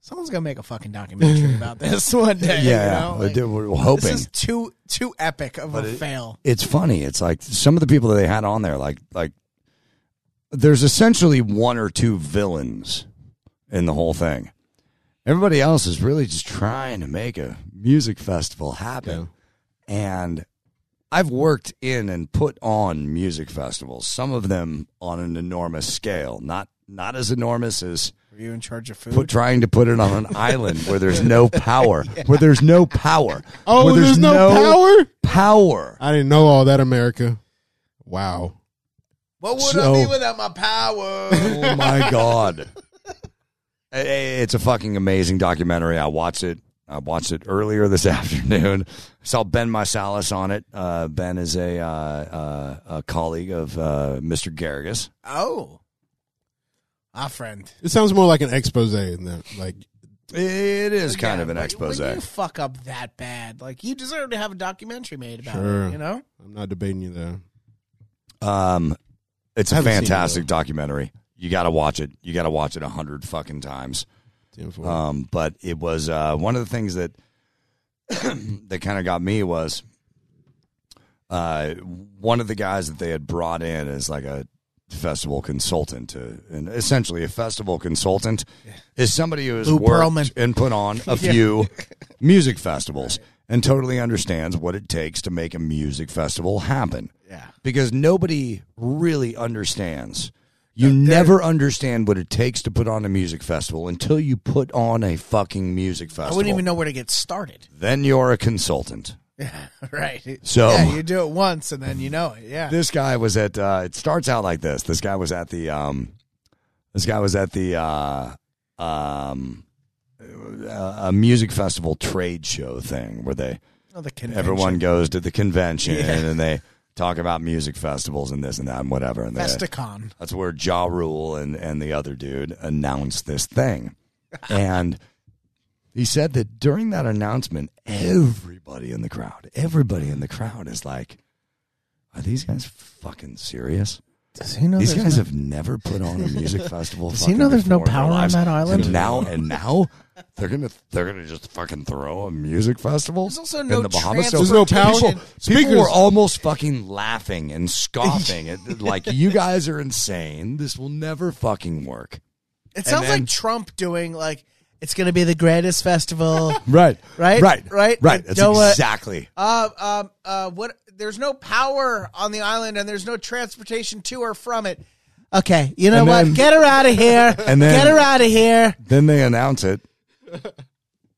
S1: someone's gonna make a fucking documentary *laughs* about this one day. you know?
S2: I
S1: Like,
S2: did- we're
S1: this
S2: hoping.
S1: is too too epic of
S2: But
S1: a
S2: it-
S1: fail.
S2: it's funny. It's like some of the people that they had on there, like like there's essentially one or two villains in the whole thing. Everybody else is really just trying to make a music festival happen. And I've worked in and put on music festivals, some of them on an enormous scale, not not as enormous as
S1: Were you in charge of food?
S2: put, trying to put it on
S3: *laughs*
S2: an island where there's no power, where there's no power.
S3: Oh,
S2: where
S3: there's, no, power.
S2: power.
S3: I didn't know all that, America. Wow.
S1: what would
S2: So-
S1: I be without my *laughs* power?
S2: Oh my god! I- I- It's a fucking amazing documentary. I watched it. I watched it earlier this *laughs* afternoon. Saw Ben Mysalis on it. Uh, ben is a, uh, uh, a colleague of uh, Mr. Garrigus.
S1: Oh. Our friend.
S3: It sounds more like an expose than that. Like
S2: It is kind
S1: Yeah,
S2: of an
S1: when-
S2: expose.
S1: When you fuck up that bad, like you deserve to have a documentary made about
S3: Sure.
S1: it, you know?
S3: I'm not debating you there.
S2: Um, it's a
S3: I haven't seen it,
S2: fantastic documentary. You got to watch it. You got to watch it a hundred fucking times.
S3: Damn fool.
S1: Mm-hmm.
S2: Um, but it was uh, one of the things that *clears throat* that kind of got me was uh, one of the guys that they had brought in as like a festival consultant, to, and essentially a festival consultant is somebody who has
S1: Lou
S2: worked
S1: Pearlman.
S2: and put on
S1: *laughs*
S2: a few music festivals and totally understands what it takes to make a music festival happen
S1: Yeah.
S2: because nobody really understands. You never understand what it takes to put on a music festival until you put on a fucking music
S1: I
S2: festival.
S1: wouldn't even know where to get started. *laughs*
S2: Then you're a consultant.
S1: right.
S2: So-
S1: Yeah, you do it once and then you know it. Yeah.
S2: This guy was at. Uh, it starts out like this. This guy was at the. Um, this guy was at the. Uh, um, uh, a music festival trade show thing where they
S1: Oh, the convention.
S2: everyone goes to the convention and they talk about music festivals and this and that and whatever. And they-
S1: Vesticon.
S2: that's where Ja Rule and, and the other dude announced this thing. And he said that during that announcement, everybody in the crowd, everybody in the crowd is like, are these guys fucking serious?
S1: Does he know?
S2: These
S1: there's
S2: guys
S1: no-
S2: have never put on
S1: *laughs*
S2: a music festival.
S1: Does he
S2: fucking
S1: know there's no
S2: before in their
S1: power on
S2: lives.
S1: that island?
S2: And now and now they're gonna they're gonna just fucking throw a music festival.
S1: There's also
S2: in
S1: no
S2: the Bahamas.
S3: There's no power.
S1: transportation.
S2: People, people
S3: Speakers-
S2: were almost fucking laughing and scoffing
S1: *laughs*
S2: at like you guys are insane. This will never fucking work.
S1: It sounds
S2: then-
S1: like Trump doing like it's going to be the greatest
S2: *laughs*
S1: festival.
S2: Right.
S1: Right?
S2: Right.
S1: Right?
S2: Right.
S1: You
S2: That's
S1: know what?
S2: exactly.
S1: uh, um, uh, what? There's no power on the island, and there's no transportation to or from it. Okay, you know
S2: And
S1: what?
S2: then-
S1: Get her out of here.
S2: *laughs* And then-
S1: Get her out of here.
S2: Then they announce it,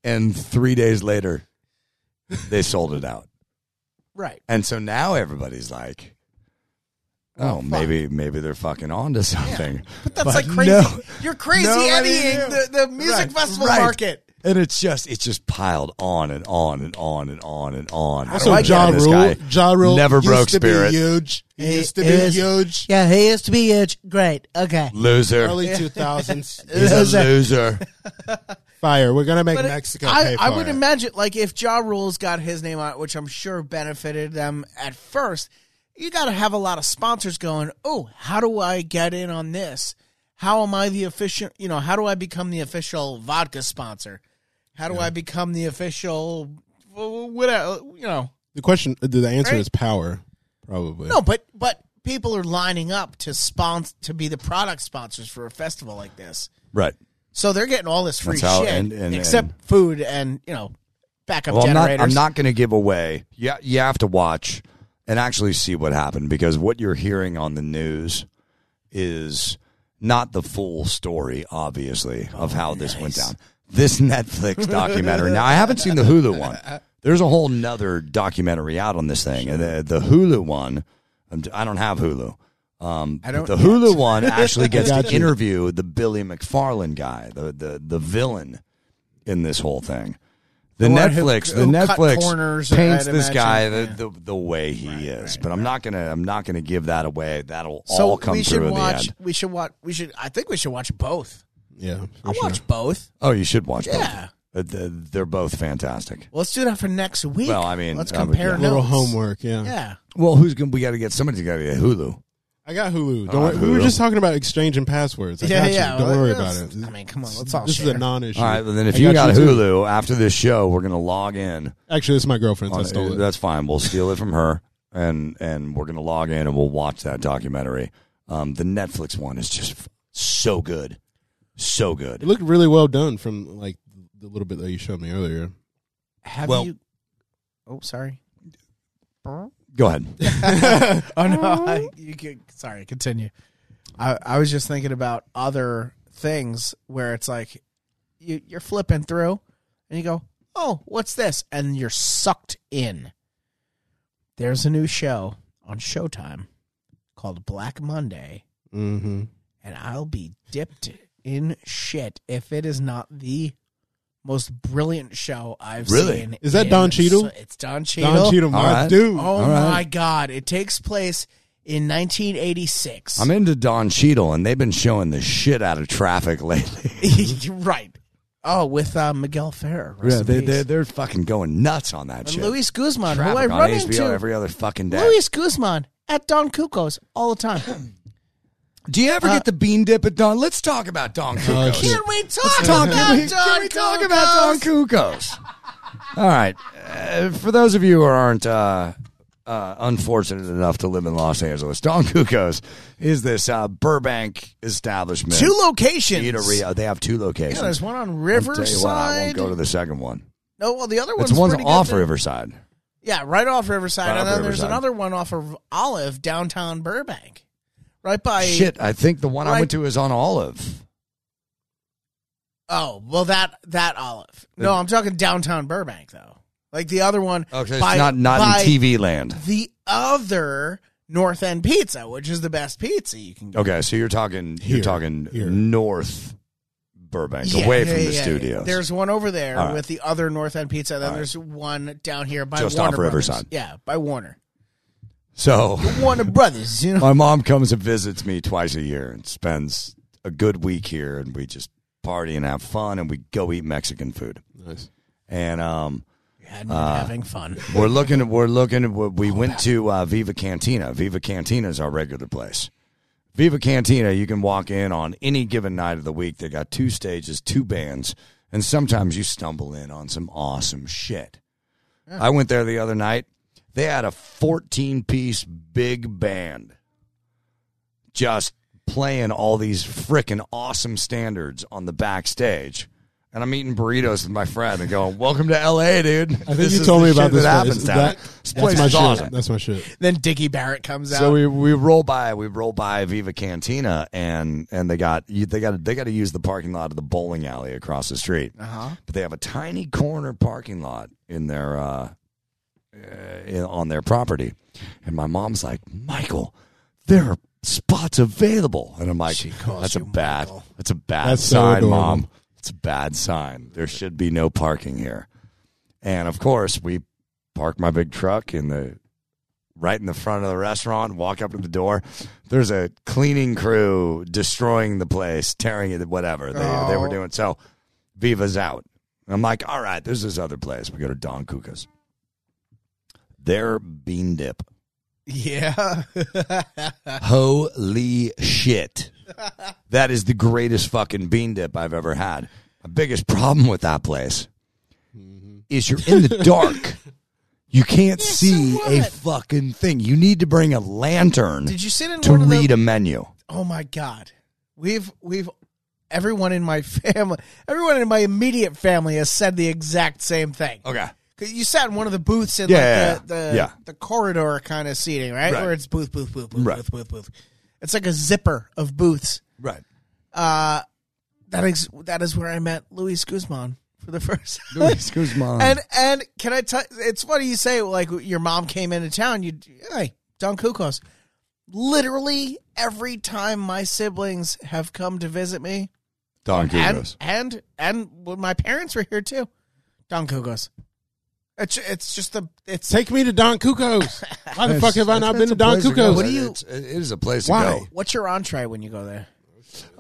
S2: and three days later, they sold it out.
S1: Right.
S2: And so now everybody's like, oh, maybe maybe they're fucking onto something.
S1: But that's
S2: But
S1: like crazy.
S2: no.
S1: You're crazy
S2: Nobody
S1: Eddieing
S2: knew.
S1: the, the music
S2: Right,
S1: festival
S2: right.
S1: market.
S2: And it's just it's just piled on and on and on and on and on.
S3: Also,
S2: I don't
S3: Ja
S2: understand this
S3: Rule,
S2: guy.
S3: Ja Rule
S2: never
S3: used
S2: broke
S3: to
S2: spirit.
S3: Be huge. He used to be
S1: Is-
S3: huge.
S1: Yeah, he used to be huge. Great. Okay.
S2: Loser.
S1: *laughs*
S3: Early two thousands.
S2: He's a
S1: Loser. *laughs*
S2: loser.
S3: fire. We're gonna make
S1: But it-
S3: Mexico
S1: I,
S3: pay for
S1: I would
S3: it.
S1: imagine, like, if Ja Rule's got his name on it, which I'm sure benefited them at first, you got to have a lot of sponsors going, oh, how do I get in on this? How am I the official, you know, how do I become the official vodka sponsor? How do I become the official, wh- whatever, you know?
S3: the question, the the answer
S1: Right?
S3: is power, probably.
S1: No, but, but people are lining up to sponsor, to be the product sponsors for a festival like this.
S2: Right.
S1: So they're getting all this free
S2: That's how-
S1: shit,
S2: and- and-
S1: except
S2: and-
S1: food and, you know, backup
S2: Well, I'm not,
S1: generators.
S2: I'm not going to give away. Yeah, you have to watch and actually see what happened because what you're hearing on the news is not the full story, obviously, of how this went down. This Netflix documentary. now, I haven't seen the Hulu one. There's a whole nother documentary out on this thing, and the, the Hulu one. I'm- I don't have Hulu. Um, I
S1: don't
S2: the Hulu one actually
S1: *laughs*
S2: gets
S3: got
S2: to
S3: you.
S2: interview the Billy McFarlane guy, the the the villain in this whole thing. The
S1: The one who-
S2: Netflix,
S1: who
S2: the
S1: cut
S2: Netflix
S1: corners,
S2: paints
S1: I'd
S2: this
S1: imagine,
S2: guy
S1: yeah.
S2: the, the the way he is, but I'm not gonna I'm not gonna give that away. That'll
S1: So
S2: all come
S1: we
S2: through
S1: should
S2: in
S1: watch.
S2: the end.
S1: We should watch. We should. I think we should watch both.
S3: Yeah,
S1: I
S3: for
S1: will
S3: sure.
S1: watch both.
S2: Oh, you should watch.
S1: Yeah.
S2: both. Uh, th- they're both fantastic.
S1: Well, let's do that for next week.
S2: Well, I mean,
S1: let's
S2: I would-
S1: compare
S2: yeah.
S3: a little
S1: notes.
S3: homework. Yeah.
S1: Yeah,
S2: Well, who's gonna? We got to get somebody's got to get Hulu.
S3: I got Hulu. Don't
S2: All right,
S3: worry. We were
S2: Hulu.
S3: just talking about exchanging passwords. I
S1: yeah,
S3: got you.
S1: yeah.
S3: Don't
S1: Well,
S3: worry about
S1: let's-
S3: it.
S1: I mean, come on, let's all
S3: This is
S1: share.
S3: a non-issue.
S2: All right, well, then if
S3: I
S2: you got,
S3: too.
S2: Hulu after this show, we're gonna log in.
S3: actually, it's my girlfriend's. I
S2: on-
S3: stole it.
S2: That's fine. We'll steal it from her, and and we're gonna log in and we'll watch that documentary. Um, the Netflix one is just f- so good, so
S3: It
S2: good.
S3: looked really well done from like the little bit that you showed me earlier.
S1: Have
S2: Well-
S1: you? Oh, sorry. oh
S2: Go ahead.
S1: *laughs* no, I, you can, sorry. Continue. I I was just thinking about other things where it's like you you're flipping through and you go, oh, what's this? And you're sucked in. There's a new show on Showtime called Black Monday.
S3: Mm-hmm.
S1: and I'll be dipped in shit if it is not the most brilliant show I've
S2: Really?
S1: seen.
S3: Is that
S1: in-
S3: Don Cheadle?
S1: It's Don Cheadle.
S3: Don Cheadle,
S2: All
S3: my
S2: right.
S3: dude.
S1: Oh
S2: All right.
S1: my god! It takes place in 1986. *laughs*
S2: I'm into Don Cheadle, and they've been showing the shit out of traffic *laughs* lately.
S1: right. Oh, with uh, Miguel Ferrer. Rest
S2: Yeah,
S1: in
S2: they,
S1: peace.
S2: they, they're fucking going nuts on that
S1: and
S2: shit.
S1: Luis Guzman,
S2: Traffic
S1: who I run
S2: on HBO
S1: into.
S2: every other fucking day.
S1: Luis Guzman at Don Cuco's all the
S2: *laughs*
S1: time.
S2: Do you
S1: uh,
S2: ever get the bean dip at Don? Let's talk about Don Cuco's.
S3: shit.
S1: Oh, Can we talk
S2: Don,
S1: about
S2: can we,
S1: Don
S2: can we talk about
S1: Cuco's?
S2: Don Kukos? All right. Uh, for those of you who aren't uh, uh, unfortunate enough to live in Los Angeles, Don Kukos is this uh, Burbank establishment.
S1: Two locations.
S2: Eateria. They have two locations.
S1: Yeah, there's one on
S2: I'll tell you what, I won't
S1: Riverside.
S2: go to the second one.
S1: No, well, the other
S2: It's
S1: one's
S2: one's
S1: pretty
S2: off
S1: good too.
S2: Riverside.
S1: Yeah, right off Riverside,
S2: Right
S1: and
S2: off
S1: then there's
S2: Riverside.
S1: another one off of Olive downtown Burbank, right by.
S2: Shit, I think the one I
S1: Right.
S2: went to is on Olive.
S1: Oh well, that that Olive. No,
S2: The-
S1: I'm talking downtown Burbank though. Like the other one.
S2: Okay,
S1: by-
S2: it's not not
S1: by
S2: in TV land.
S1: The other North End Pizza, which is the best pizza you can get.
S2: Okay, so you're talking
S3: Here.
S2: you're talking
S3: Here.
S2: north Burbank,
S1: Yeah,
S2: away from
S1: yeah,
S2: the
S1: yeah, yeah.
S2: studios.
S1: There's one over there
S2: All right.
S1: with the other North End Pizza. Then
S2: right.
S1: there's one down here by
S2: Just
S1: Warner
S2: off
S1: Brothers.
S2: Riverside.
S1: Yeah, by Warner.
S2: So *laughs*
S1: Warner Brothers, you know. *laughs*
S2: my mom comes and visits me twice a year and spends a good week here, and we just party and have fun, and we go eat Mexican food.
S3: Nice.
S2: And um,
S1: And having fun.
S2: we're looking at we're looking at we went to uh, Viva Cantina. Viva Cantina is our regular place. Viva Cantina, you can walk in on any given night of the week. They got two stages, two bands, and sometimes you stumble in on some awesome shit. I went there the other night. They had a 14 piece big band just playing all these freaking awesome standards on the backstage. And I'm eating burritos with my friend and going, Welcome to LA, dude. I
S3: think you told me about this
S2: that
S3: place.
S2: happens down
S3: That-
S2: here. This
S3: That's
S2: place
S3: my
S2: is
S3: shit.
S2: awesome.
S3: That's my shit.
S1: Then Dickie Barrett comes out.
S2: So we, we roll by we roll by Viva Cantina and and they got you- they got they got to use the parking lot of the bowling alley across the street.
S1: uh-huh.
S2: But they have a tiny corner parking lot in their uh, uh, in, on their property, and my mom's like, Michael, there are spots available, and I'm like,
S1: She calls
S2: that's a
S1: you
S2: bad
S1: Michael.
S2: that's a bad
S3: That's so
S2: sign,
S3: adorable.
S2: mom. It's a bad sign. There should be no parking here. And of course, we park my big truck in the right in the front of the restaurant, walk up to the door. There's a cleaning crew destroying the place, tearing it, whatever they, they were
S1: Oh.
S2: doing. So Viva's out. I'm like, all right, there's this other place. We go to Don Cuca's. Their bean dip.
S1: Yeah. *laughs*
S2: Holy shit. That is the greatest fucking bean dip I've ever had. My biggest problem with that place is you're in the
S1: *laughs*
S2: dark. You
S1: Mm-hmm.
S2: can't
S1: Yeah, so
S2: see a
S1: what?
S2: fucking thing. You need to bring a lantern
S1: Did you sit in
S2: to
S1: one of the-
S2: read a menu.
S1: Oh my god. We've we've everyone in my *laughs* family, everyone in my immediate family has said the exact same thing.
S2: Okay.
S1: 'Cause you sat in one of the booths in
S2: Yeah,
S1: like the
S2: yeah, yeah.
S1: the,
S2: Yeah.
S1: the corridor kind of seating, right?
S2: Right.
S1: Where it's booth, booth, booth, booth,
S2: Right.
S1: booth, booth, booth. It's like a zipper of booths.
S2: Right.
S1: Uh, that is that is where I met Luis Guzman for the *laughs* first time. *laughs*
S2: Guzman.
S1: And and can I tell? It's funny you say like your mom came into town. You hey Don Cucos. Literally every time my siblings have come to visit me, and
S2: Don Cuca's.
S1: and and when my parents were here too, Don Cucos. It's it's just the it's
S3: Take me to Don Cuco's. Why the fuck have I not been to Don Cuco's?
S2: What
S1: do
S2: do
S1: you-
S2: you? it is a place
S3: Why?
S2: to
S1: what's your entree when you go there?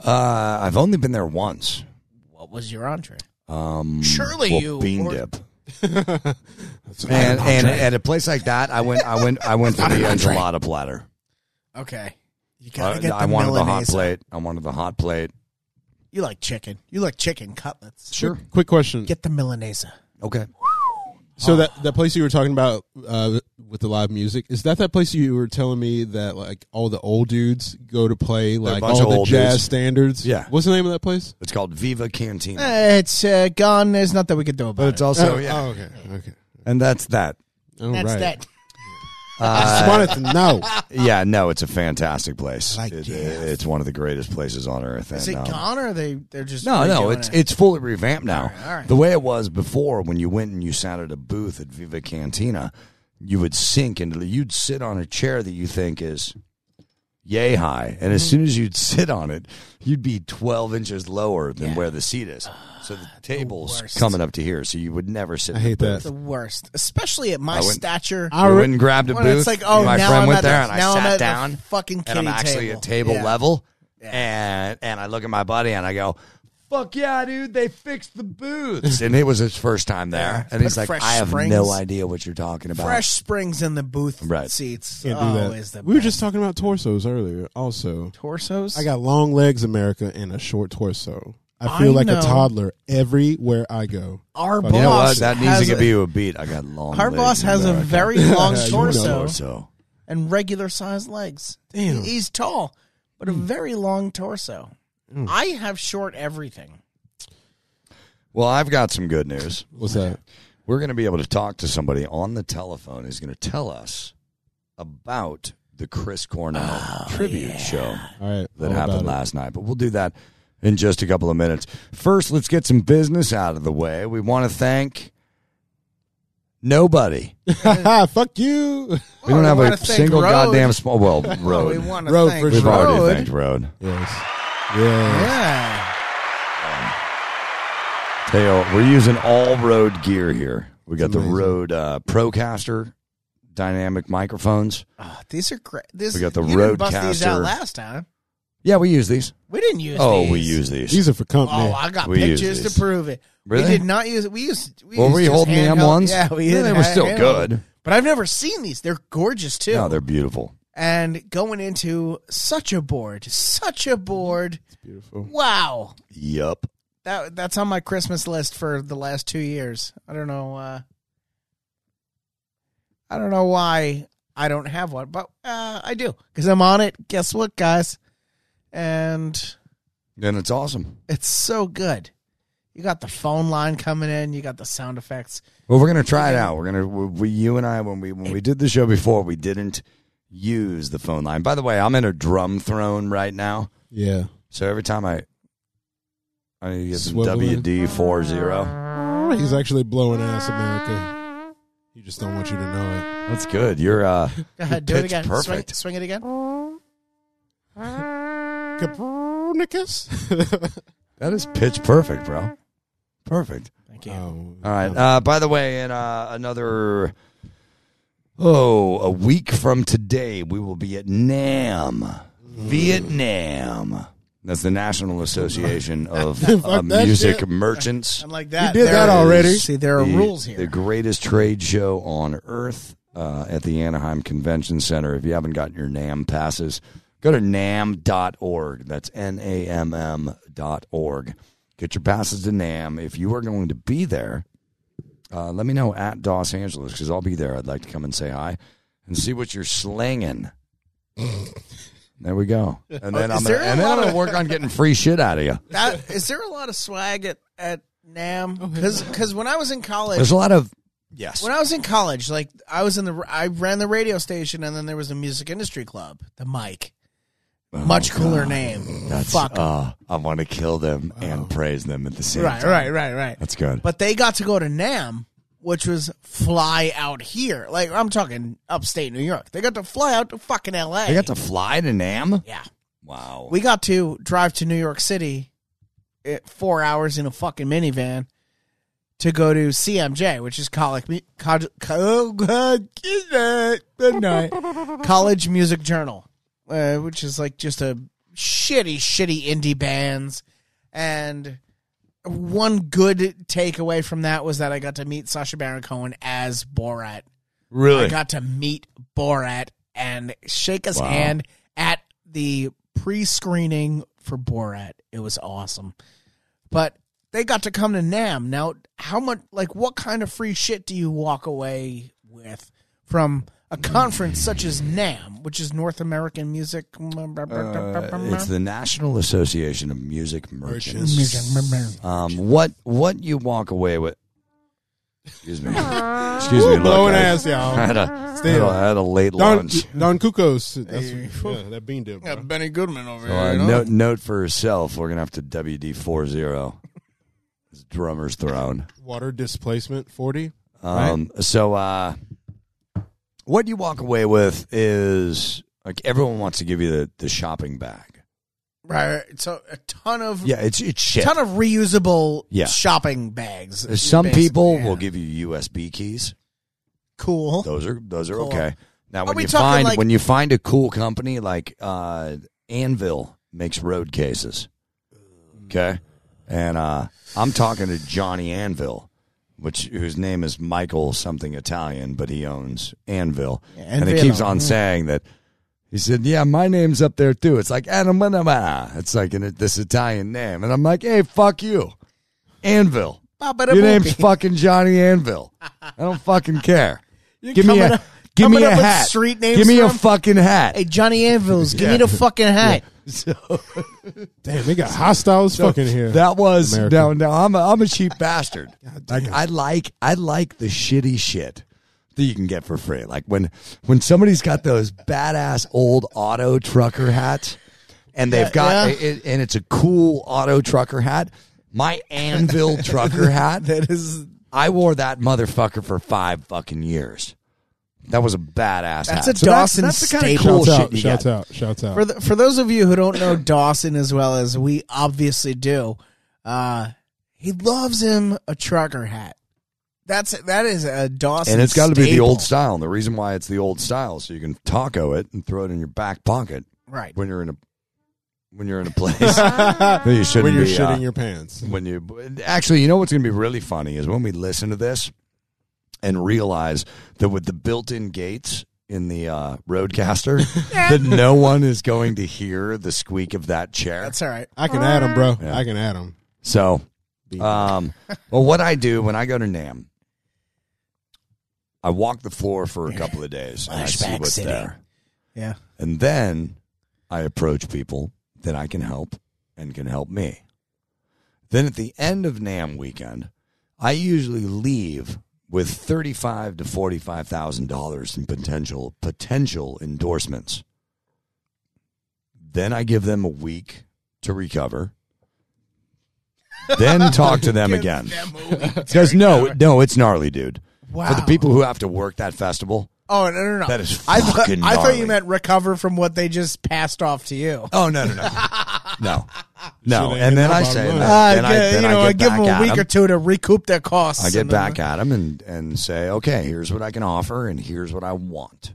S2: go. Uh, I've only been there once.
S1: What was your entree?
S2: Um,
S1: Surely
S2: well,
S1: you-
S2: bean
S1: or-
S2: dip. and and at a place like that, I went I went I went for the enchilada platter.
S1: Okay, you gotta
S2: I,
S1: get the
S2: I wanted the hot
S1: Milanese.
S2: plate. I wanted the hot plate.
S1: You like chicken? You like chicken cutlets?
S2: Sure.
S3: Quick question.
S1: Get the Milanese.
S2: Okay.
S3: So that that place you were talking about uh, with the live music is that that place you were telling me that like all the old dudes go to play like
S2: bunch
S3: all
S2: of
S3: the
S2: old
S3: jazz
S2: dudes.
S3: standards?
S2: Yeah.
S3: What's the name of that place?
S2: It's called Viva Cantina.
S1: It's uh, gone. There's not that we could do about
S2: But
S1: it.
S2: it's also
S3: oh,
S2: yeah.
S3: oh, okay, okay.
S2: And that's that.
S3: All
S1: That's
S3: right.
S1: that.
S3: I just wanted
S1: *laughs*
S3: to know.
S2: Yeah, no, it's a fantastic place.
S1: Like
S2: It-
S1: Jeff.
S2: it's one of the greatest places on earth.
S1: Is
S2: and,
S1: it
S2: um,
S1: gone or they they're just
S2: No, no,
S1: redoing
S2: it's
S1: it?
S2: it's fully revamped now.
S1: right, all right.
S2: The way it was before, when you went and you sat at a booth at Viva Cantina, you would sink into the, you'd sit on a chair that you think is yay high, and as
S1: Mm-hmm.
S2: soon as you'd *laughs* sit on it, you'd be twelve inches lower than where the seat is. So the table's
S1: Ah, worst.
S2: coming up to here, so you would never sit.
S3: I
S2: in the
S3: hate
S2: booth.
S3: that.
S1: the worst, especially at my
S2: I wouldn't-
S1: stature.
S3: I
S2: I
S3: re-
S2: went and grabbed a
S1: when
S2: booth.
S1: it's like, oh,
S2: my
S1: now
S2: friend
S1: I'm
S2: went
S1: at
S2: there,
S1: the-
S2: and I
S1: now I'm
S2: sat
S1: at the
S2: down.
S1: fucking
S2: and I'm
S1: kitty
S2: actually
S1: table.
S2: at table
S1: Yeah.
S2: level, and and I look at my buddy and I go, "Fuck yeah, dude! They fixed the booths." and it was his first time there,
S1: Yeah.
S2: and he's
S1: Put
S2: like,
S1: fresh
S2: "I have
S1: springs-
S2: no idea what you're talking about."
S1: Fresh springs in the booth
S2: Right.
S1: seats.
S3: Can't do that.
S1: Always Oh, the
S3: we were
S1: best.
S3: just talking about torsos earlier. Also,
S1: torsos.
S3: I got long legs, America, and a short torso. I feel
S1: I
S3: like
S1: know. Oh,
S3: a toddler everywhere I go.
S1: our
S3: Fuck.
S1: boss.
S2: You know what? That needs
S1: has
S2: to
S1: a-
S2: be a beat. I got long.
S1: Our
S2: legs
S1: boss
S2: in
S1: has a
S2: America. *laughs*
S1: very long
S3: You know.
S1: torso
S2: torso.
S1: and regular sized legs.
S3: Damn.
S1: He- He's tall, but a very long torso. I have short everything.
S2: Well, I've got some good news.
S3: What's that?
S2: We're going to be able to talk to somebody on the telephone who's going to tell us about the Chris Cornell
S1: Oh,
S2: tribute show.
S3: All right,
S2: that
S3: all about
S2: happened
S3: it.
S2: last night, but we'll do that in just a couple of minutes. First, let's get some business out of the way. We want to thank nobody.
S3: *laughs* Fuck you.
S2: We don't
S1: we
S2: have
S1: wanna
S2: a
S1: thank
S2: single
S1: Road.
S2: goddamn small. Well,
S1: Oh, *laughs* we
S2: road.
S1: want to
S3: Road
S1: thank
S3: for
S2: We've
S3: sure.
S1: Road.
S2: already thanked road.
S3: Yes. Yes.
S1: Yeah.
S2: Tail. We're using all road gear here. We got the
S3: Amazing.
S2: road uh, Procaster dynamic microphones.
S1: Ah, these are great. This
S2: We got the
S1: you didn't bust these out
S2: Rodecaster.
S1: last time.
S2: Yeah, we use these.
S1: We didn't use.
S2: oh,
S1: these.
S2: we use these.
S3: These are for company.
S1: Oh, I got
S2: We use
S1: pictures to
S2: these.
S1: prove it.
S2: Really?
S1: We did not use. We used. We
S2: Were
S1: used
S2: we
S1: just
S2: holding the M
S1: handheld-
S2: ones?
S1: Yeah, we
S2: Yeah,
S1: did
S2: they were
S1: ha-
S2: still
S1: handheld.
S2: good.
S1: But I've never seen these. They're gorgeous too.
S2: No, they're beautiful.
S1: and going into such a board, such a board.
S3: Beautiful.
S1: Wow.
S2: Yup.
S1: That that's on my Christmas list for the last two years. I don't know. Uh, I don't know why I don't have one, but uh, I do because I'm on it. Guess what, guys? And
S2: Then it's awesome.
S1: it's so good. You got the phone line coming in. You got the sound effects.
S2: Well, we're gonna try it out. We're gonna we, we you and I when we when we did the show before we didn't use the phone line. By the way, I'm in a drum throne right now,
S3: Yeah.
S2: so every time I I need to get some
S3: Swivel in.
S2: WD four zero.
S3: He's actually blowing ass America. You just don't want you to know
S2: That's good. You're uh
S1: Go ahead, do
S2: Pitch
S1: it again. Swing,
S2: perfect.
S1: swing it again.
S3: it. *laughs* Copernicus.
S2: that is pitch perfect, bro. Perfect.
S1: Thank you.
S3: Oh,
S2: All right. Uh, by the way, in uh, another oh a week from today, we will be at Nam,
S3: Mm.
S2: Vietnam. That's the National
S3: *laughs*
S2: Association of uh,
S3: Fuck that
S2: Music
S3: shit.
S2: Merchants.
S1: And like that,
S3: You did
S1: there
S3: that
S1: is-
S3: already.
S1: See, there are
S2: the-
S1: rules here.
S2: The greatest trade show on earth uh, at the Anaheim Convention Center. If you haven't gotten your NAM passes, go to nam.org. That's N A M M dot org. Get your passes to NAM. If you are going to be there, uh, let me know at Dos Angeles because I'll be there. I'd like to come and say hi and see what you're slinging. there we go. And then
S1: Is
S2: I'm gonna,
S1: there a
S2: and then I'm
S1: lot
S2: gonna
S1: of-
S2: work on getting free shit out of you.
S1: that, is there a lot of swag at at Nam?
S3: Oh,
S1: Because when I was in college,
S2: There's a lot of yes.
S1: when I was in college, like I was in the I ran the radio station, and then there was a music industry club, the Mike. Much cooler name.
S2: Oh, That's
S1: Fuck.
S2: uh, I want to kill them and praise them at the same
S1: right,
S2: time.
S1: right, right, right.
S2: That's good.
S1: But they got to go to Nam, which was fly out here. Like I'm talking upstate New York. They got to fly out to fucking L.A.
S2: I got to fly to Nam.
S1: yeah.
S2: Wow.
S1: We got to drive to New York City at four hours in a fucking minivan to go to CMJ, which is college, mu- college, oh, God, get that, good night. college Music Journal, uh, which is like just a shitty, shitty indie bands. And one good takeaway from that was that I got to meet Sasha Baron Cohen as Borat. I
S2: really?
S1: got to meet Borat and shake his
S2: Wow.
S1: hand at the pre-screening for Borat. It was awesome. But they got to come to Nam. Now, how much like what kind of free shit do you walk away with from a conference such as Nam, which is North American Music
S2: Uh, it's the National Association of Music Merchants.
S1: Music-
S2: Um, what what you walk away with? Excuse me. Excuse me. Look,
S3: blowing
S2: I,
S3: ass, y'all.
S2: I *laughs*
S3: *laughs*
S2: had a, I had a,
S3: Still.
S2: I had a late
S3: Don,
S2: lunch.
S3: Don Cucos. That's, yeah, that bean dip.
S1: Yeah,
S3: bro.
S1: Benny Goodman over
S2: So, uh, note note for yourself. We're gonna have to WD four zero. Drummer's throne.
S3: Water displacement 40.
S2: Um, So, uh, what you walk away with is like everyone wants to give you the, the shopping bag.
S1: Right. So a ton of
S2: Yeah, it's it's shit.
S1: ton of reusable
S2: Yeah.
S1: shopping bags.
S2: Some
S1: basically,
S2: people
S1: yeah.
S2: will give you USB keys.
S1: cool.
S2: Those are those are
S1: Cool.
S2: okay. Now, when
S1: we
S2: you
S1: talking
S2: find
S1: like-
S2: when you find a cool company like uh, Anvil makes road cases, okay, and uh, I'm talking to Johnny Anvil, which whose name is Michael something Italian, but he owns Anvil, and he
S1: Anvil,
S2: keeps on saying that. He said, "Yeah, my name's up there too." It's like Adam, it's like an, this Italian name, and I'm like, "Hey, fuck you, Anvil." Your name's fucking Johnny Anvil. I don't fucking
S1: *laughs*
S2: care. give me
S1: coming
S2: a
S1: up-
S2: give me
S1: coming
S2: a
S1: up with
S2: hat.
S1: street names
S2: give me a
S1: for 'em?
S2: fucking hat.
S1: Hey, Johnny Anvils, give
S2: Yeah.
S1: me the fucking hat.
S3: Damn, they got hostile as fucking here.
S2: That was
S3: America.
S2: no, no. I'm a, I'm a cheap bastard. Like I like I like the shitty shit that you can get for free. Like when when somebody's got those badass old auto trucker hats, and they've got
S1: yeah.
S2: it- and it's a cool auto trucker hat. My anvil trucker hat. That is. I wore that motherfucker for five fucking years. That was a badass.
S1: That's
S2: hat.
S1: a Dawson
S2: that's, that's the kind of
S1: staple.
S2: cool
S3: shouts
S2: shit
S3: out,
S2: you
S3: shouts
S2: get.
S3: out, shouts out.
S1: For the, for those of you who don't know Dawson as well as we obviously do, uh, he loves him a trucker hat. That's that is a Dawson.
S2: and it's got to be the
S1: staple.
S2: old style. And the reason why it's the old style is so you can taco it and throw it in your back pocket
S1: right.
S2: when you're in a when you're in a
S3: *laughs*
S2: place that you shouldn't
S3: when you're
S2: be, uh,
S3: shitting your pants.
S2: when you actually you know what's going to be really funny is when we listen to this and realize that with the built-in gates in the uh, roadcaster
S3: *laughs*
S2: that no one is going to hear the squeak of that chair
S1: That's all right.
S3: I can add them, bro.
S2: Yeah.
S3: I can add them.
S2: so um, *laughs* well what i do when i go to nam i walk the floor for a couple of days and i see
S1: Flashback
S2: what's
S1: City.
S2: there *laughs*
S1: Yeah.
S2: and then I approach people that I can help and can help me. Then at the end of NAM weekend, I usually leave with thirty-five to forty-five thousand dollars in potential potential endorsements. Then I give them a week to recover. *laughs* Then talk to them again. Because no, no, it's gnarly, dude.
S1: Wow.
S2: For the people who have to work that festival,
S1: Oh no no no!
S2: That is
S1: I thought
S2: fucking
S1: I thought
S2: gnarly.
S1: you meant recover from what they just passed off to you.
S2: Oh
S1: *laughs*
S2: no no no no no!
S3: Should've
S2: and then
S3: hit
S2: I
S3: the
S2: say
S3: bottom
S2: that.
S1: Uh,
S2: then I,
S1: get-
S2: then
S1: you know,
S2: I
S1: I
S2: get
S1: give
S2: back
S1: them a
S2: at
S1: week
S2: 'em.
S1: or two to recoup their costs.
S2: I get
S1: and then-
S2: back at them and and say, okay, here's what I can offer, and here's what I want.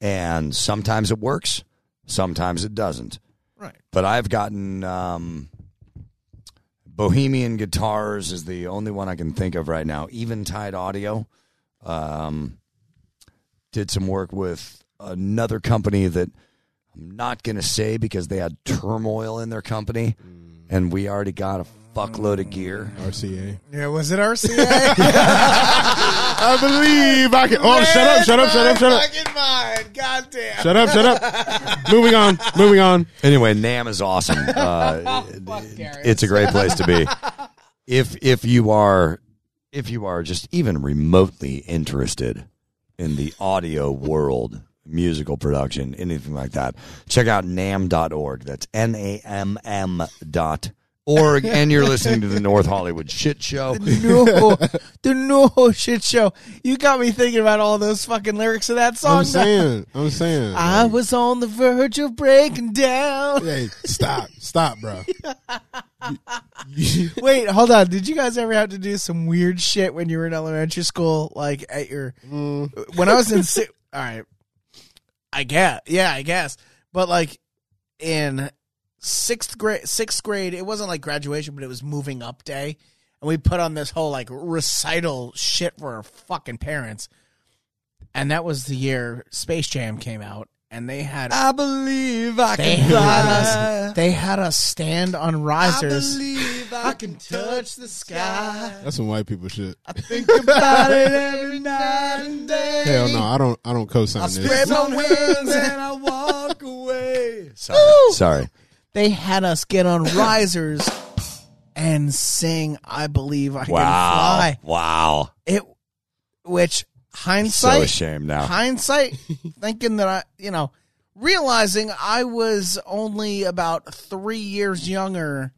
S2: And sometimes it works, sometimes it doesn't.
S1: Right.
S2: But I've gotten um, Bohemian Guitars is the only one I can think of right now. Eventide Audio um, did some work with another company that I'm not going to say because they had turmoil in their company,
S1: Mm.
S2: and we already got a fuckload of gear.
S3: RCA.
S1: Yeah, was it
S3: *laughs*
S1: RCA?
S3: I believe I can. Oh, shut up! Shut up! Shut up! Shut up!
S1: Fucking mind. Goddamn.
S3: Shut up! Shut up! *laughs* Moving on. Moving on.
S2: Anyway, Nam is awesome. Uh,
S1: Gary.
S2: it's a great place to be. If if you are if you are just even remotely interested in the audio world, musical production, anything like that, check out nam.org. That's N A M M dot org. And you're listening to the North Hollywood Shit Show.
S1: no, the no shit show. You got me thinking about all those fucking lyrics of that song.
S3: I'm saying. I'm saying.
S1: I
S2: *laughs*
S1: was on the verge of breaking down.
S3: Hey, stop! Stop, bro. You- *laughs*
S1: Wait, hold on. Did you guys ever have to do some weird shit when you were in elementary school? Like at your
S2: Mm.
S1: when I was in si- all right. I guess yeah, I guess. But like in sixth grade sixth grade, it wasn't like graduation, but it was moving up day. And we put on this whole like recital shit for our fucking parents. And that was the year Space Jam came out and they had
S2: I believe I
S1: they
S2: can
S1: had us
S2: fly.
S1: they had us stand on
S2: I
S1: risers.
S2: believe I can touch the sky.
S3: That's some white people shit.
S2: Think about it every night and day.
S3: Hell no! I don't. I don't co-sign this.
S1: my wings and
S2: I walk away. Sorry. Sorry.
S1: they had us get *laughs* on risers and sing "I Believe I Can Fly."
S2: Wow.
S1: It, which
S2: So
S1: hindsight,
S2: ashamed now.
S1: *laughs* hindsight, thinking that I, you know, realizing I was only about three years younger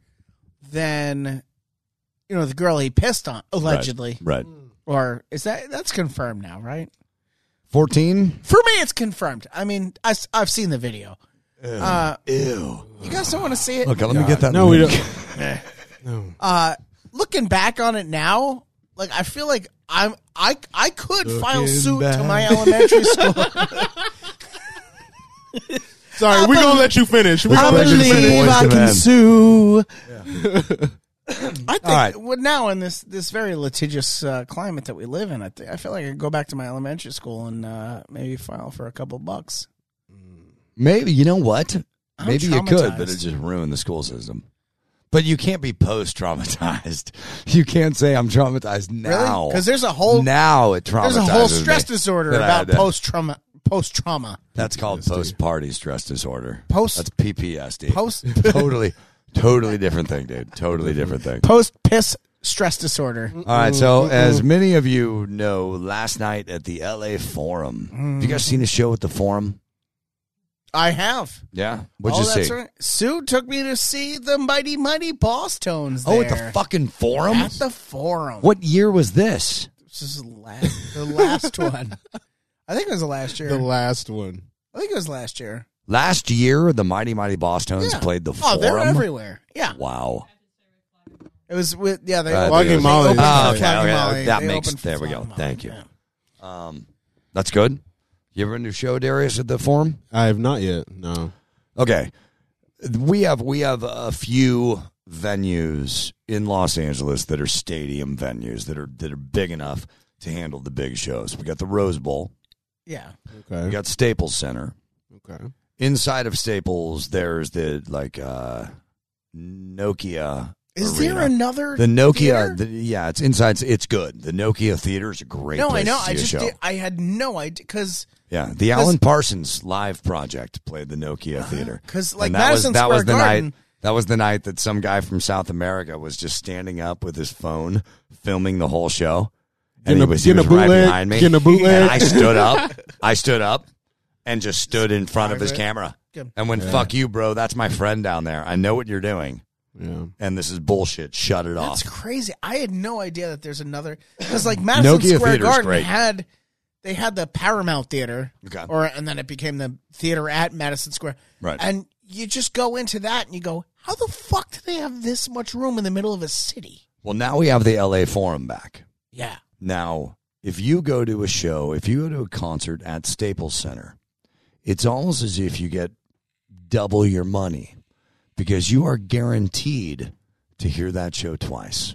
S1: than, you know, the girl he pissed on allegedly,
S2: Right.
S1: or is that that's confirmed now, right?
S2: 14?
S1: For me, it's confirmed. I mean, I, have seen the video. Uh,
S2: Ew.
S1: you guys don't want to see it.
S2: Okay, let me get that.
S3: No, we
S2: link.
S3: don't. No.
S1: uh looking back on it now like i feel like i'm i i could file
S2: Looking
S1: suit to
S2: back.
S1: my
S2: *laughs*
S1: elementary school
S3: Sorry, we're gonna let you finish. We're
S2: I
S3: gonna let you
S2: believe- Boys
S3: finish.
S2: to
S1: *laughs*
S2: men.
S1: sue i think
S2: All right.
S1: well, now in this this very litigious uh, climate that we live in i think i feel like i could go back to my elementary school and uh maybe file for a couple bucks
S2: Maybe, you know what?
S1: I'm
S2: Maybe you could, but
S1: traumatized.
S2: it just ruined the school system. But you can't be post traumatized. *laughs* You can't say I'm traumatized now.
S1: because there's a whole
S2: now it traumatizes
S1: there's a whole
S2: me
S1: stress disorder
S2: that I
S1: about
S2: had to-
S1: post trauma post trauma
S2: That's called post party stress disorder.
S1: Post-
S2: That's PPSD.
S1: post
S2: totally, totally different thing, dude. Totally
S1: *laughs*
S2: different thing.
S1: post piss stress disorder
S2: All right.
S1: Mm-hmm.
S2: So, as many of you know, last night at the LA Forum, have you
S1: Mm.
S2: guys seen a show at the Forum?
S1: i have
S2: Yeah. What'd
S1: oh,
S2: you
S1: that's
S2: see?
S1: right. Sue took me to see the mighty mighty boss tones.
S2: Oh, at
S1: there.
S2: the fucking Forum.
S1: At the forum.
S2: what year was this?
S1: This is the last, the last one. I think it was the last year.
S3: The last one.
S1: I think it was last year.
S2: Last year, the Mighty Mighty Boss Tones
S1: Yeah.
S2: played the
S1: Oh, they're
S2: Forum.
S1: everywhere. Yeah,
S2: wow.
S1: It was with yeah they
S2: Uh,
S1: opened-
S3: Flogging
S1: they
S3: Molly.
S1: opened for
S3: Ah, okay,
S1: Flogging
S2: okay,
S1: Molly.
S2: Oh, that
S1: They
S2: makes-
S1: opened for
S2: there we go.
S1: Flogging Molly,
S2: Thank you.
S1: yeah.
S2: Um, that's good. You ever been to a show, Darius, at the Forum?
S3: I have not yet. No.
S2: Okay, we have we have a few venues in Los Angeles that are stadium venues that are that are big enough to handle the big shows. We got the Rose Bowl,
S1: Yeah.
S2: we
S3: Okay.
S2: got Staples Center.
S3: Okay.
S2: Inside of Staples, there's the like uh, Nokia.
S1: Is
S2: arena.
S1: there another
S2: the
S1: theater?
S2: Nokia? The, yeah, it's inside. It's good. The Nokia Theater is a great.
S1: no,
S2: place
S1: I know.
S2: To see
S1: I
S2: a
S1: just
S2: show.
S1: did, I had no idea because
S2: Yeah, the Alan Parsons live project played the Nokia Theater.
S1: Uh-huh. 'cause, like,
S2: And
S1: Madison Square
S2: the
S1: Garden-
S2: night that was the night that some guy from South America was just standing up with his phone filming the whole show. And
S3: Getting
S2: he
S3: a-
S2: was, he
S3: getting
S2: was
S3: a
S2: right
S3: bootleg,
S2: behind me.
S3: getting a bootleg.
S2: And I stood
S3: *laughs*
S2: up. I stood up and just stood in front of his camera.
S1: Good.
S2: And went, fuck you, bro. That's my friend down there. I know what you're doing.
S3: Yeah.
S2: And this is bullshit. Shut it
S1: that's
S2: off.
S1: crazy. I had no idea that there's another because like Madison
S2: Nokia
S1: Square
S2: Theater's
S1: Garden
S2: great.
S1: had they had the Paramount Theater,
S2: Okay.
S1: or and then it became the theater at Madison Square,
S2: Right.
S1: And you just go into that and you go, how the fuck do they have this much room in the middle of a city?
S2: Well, now we have the LA Forum back.
S1: Yeah,
S2: Now, if you go to a show, if you go to a concert at Staples Center, it's almost as if you get double your money because you are guaranteed to hear that show twice.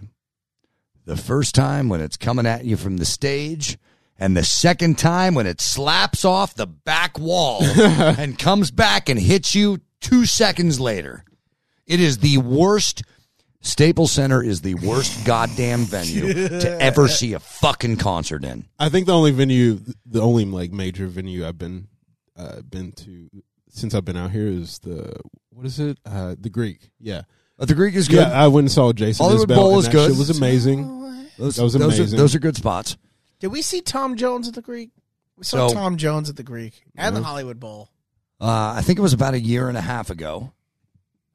S2: The first time when it's coming at you from the stage, and the second time when it slaps off the back wall and comes back and hits you two seconds later. It is the worst. Staples Center is the worst goddamn *laughs* venue to ever see a fucking concert in.
S3: I think the only venue, the only like major venue I've been, uh, been to since I've been out here is the what is it? Uh, the Greek. Yeah.
S2: But the Greek is good.
S3: Yeah. I went and saw Jason.
S2: Hollywood
S3: Isbell,
S2: Bowl
S3: and
S2: is
S3: that
S2: good.
S3: Shit was amazing.
S2: those,
S3: that was
S2: those are,
S3: amazing.
S2: those are good spots.
S1: Did we see Tom Jones at the Greek? We saw
S2: So- Mm-hmm.
S1: Tom Jones at the Greek and the
S3: Yeah.
S1: Hollywood Bowl.
S2: Uh, I think it was about a year and a half ago.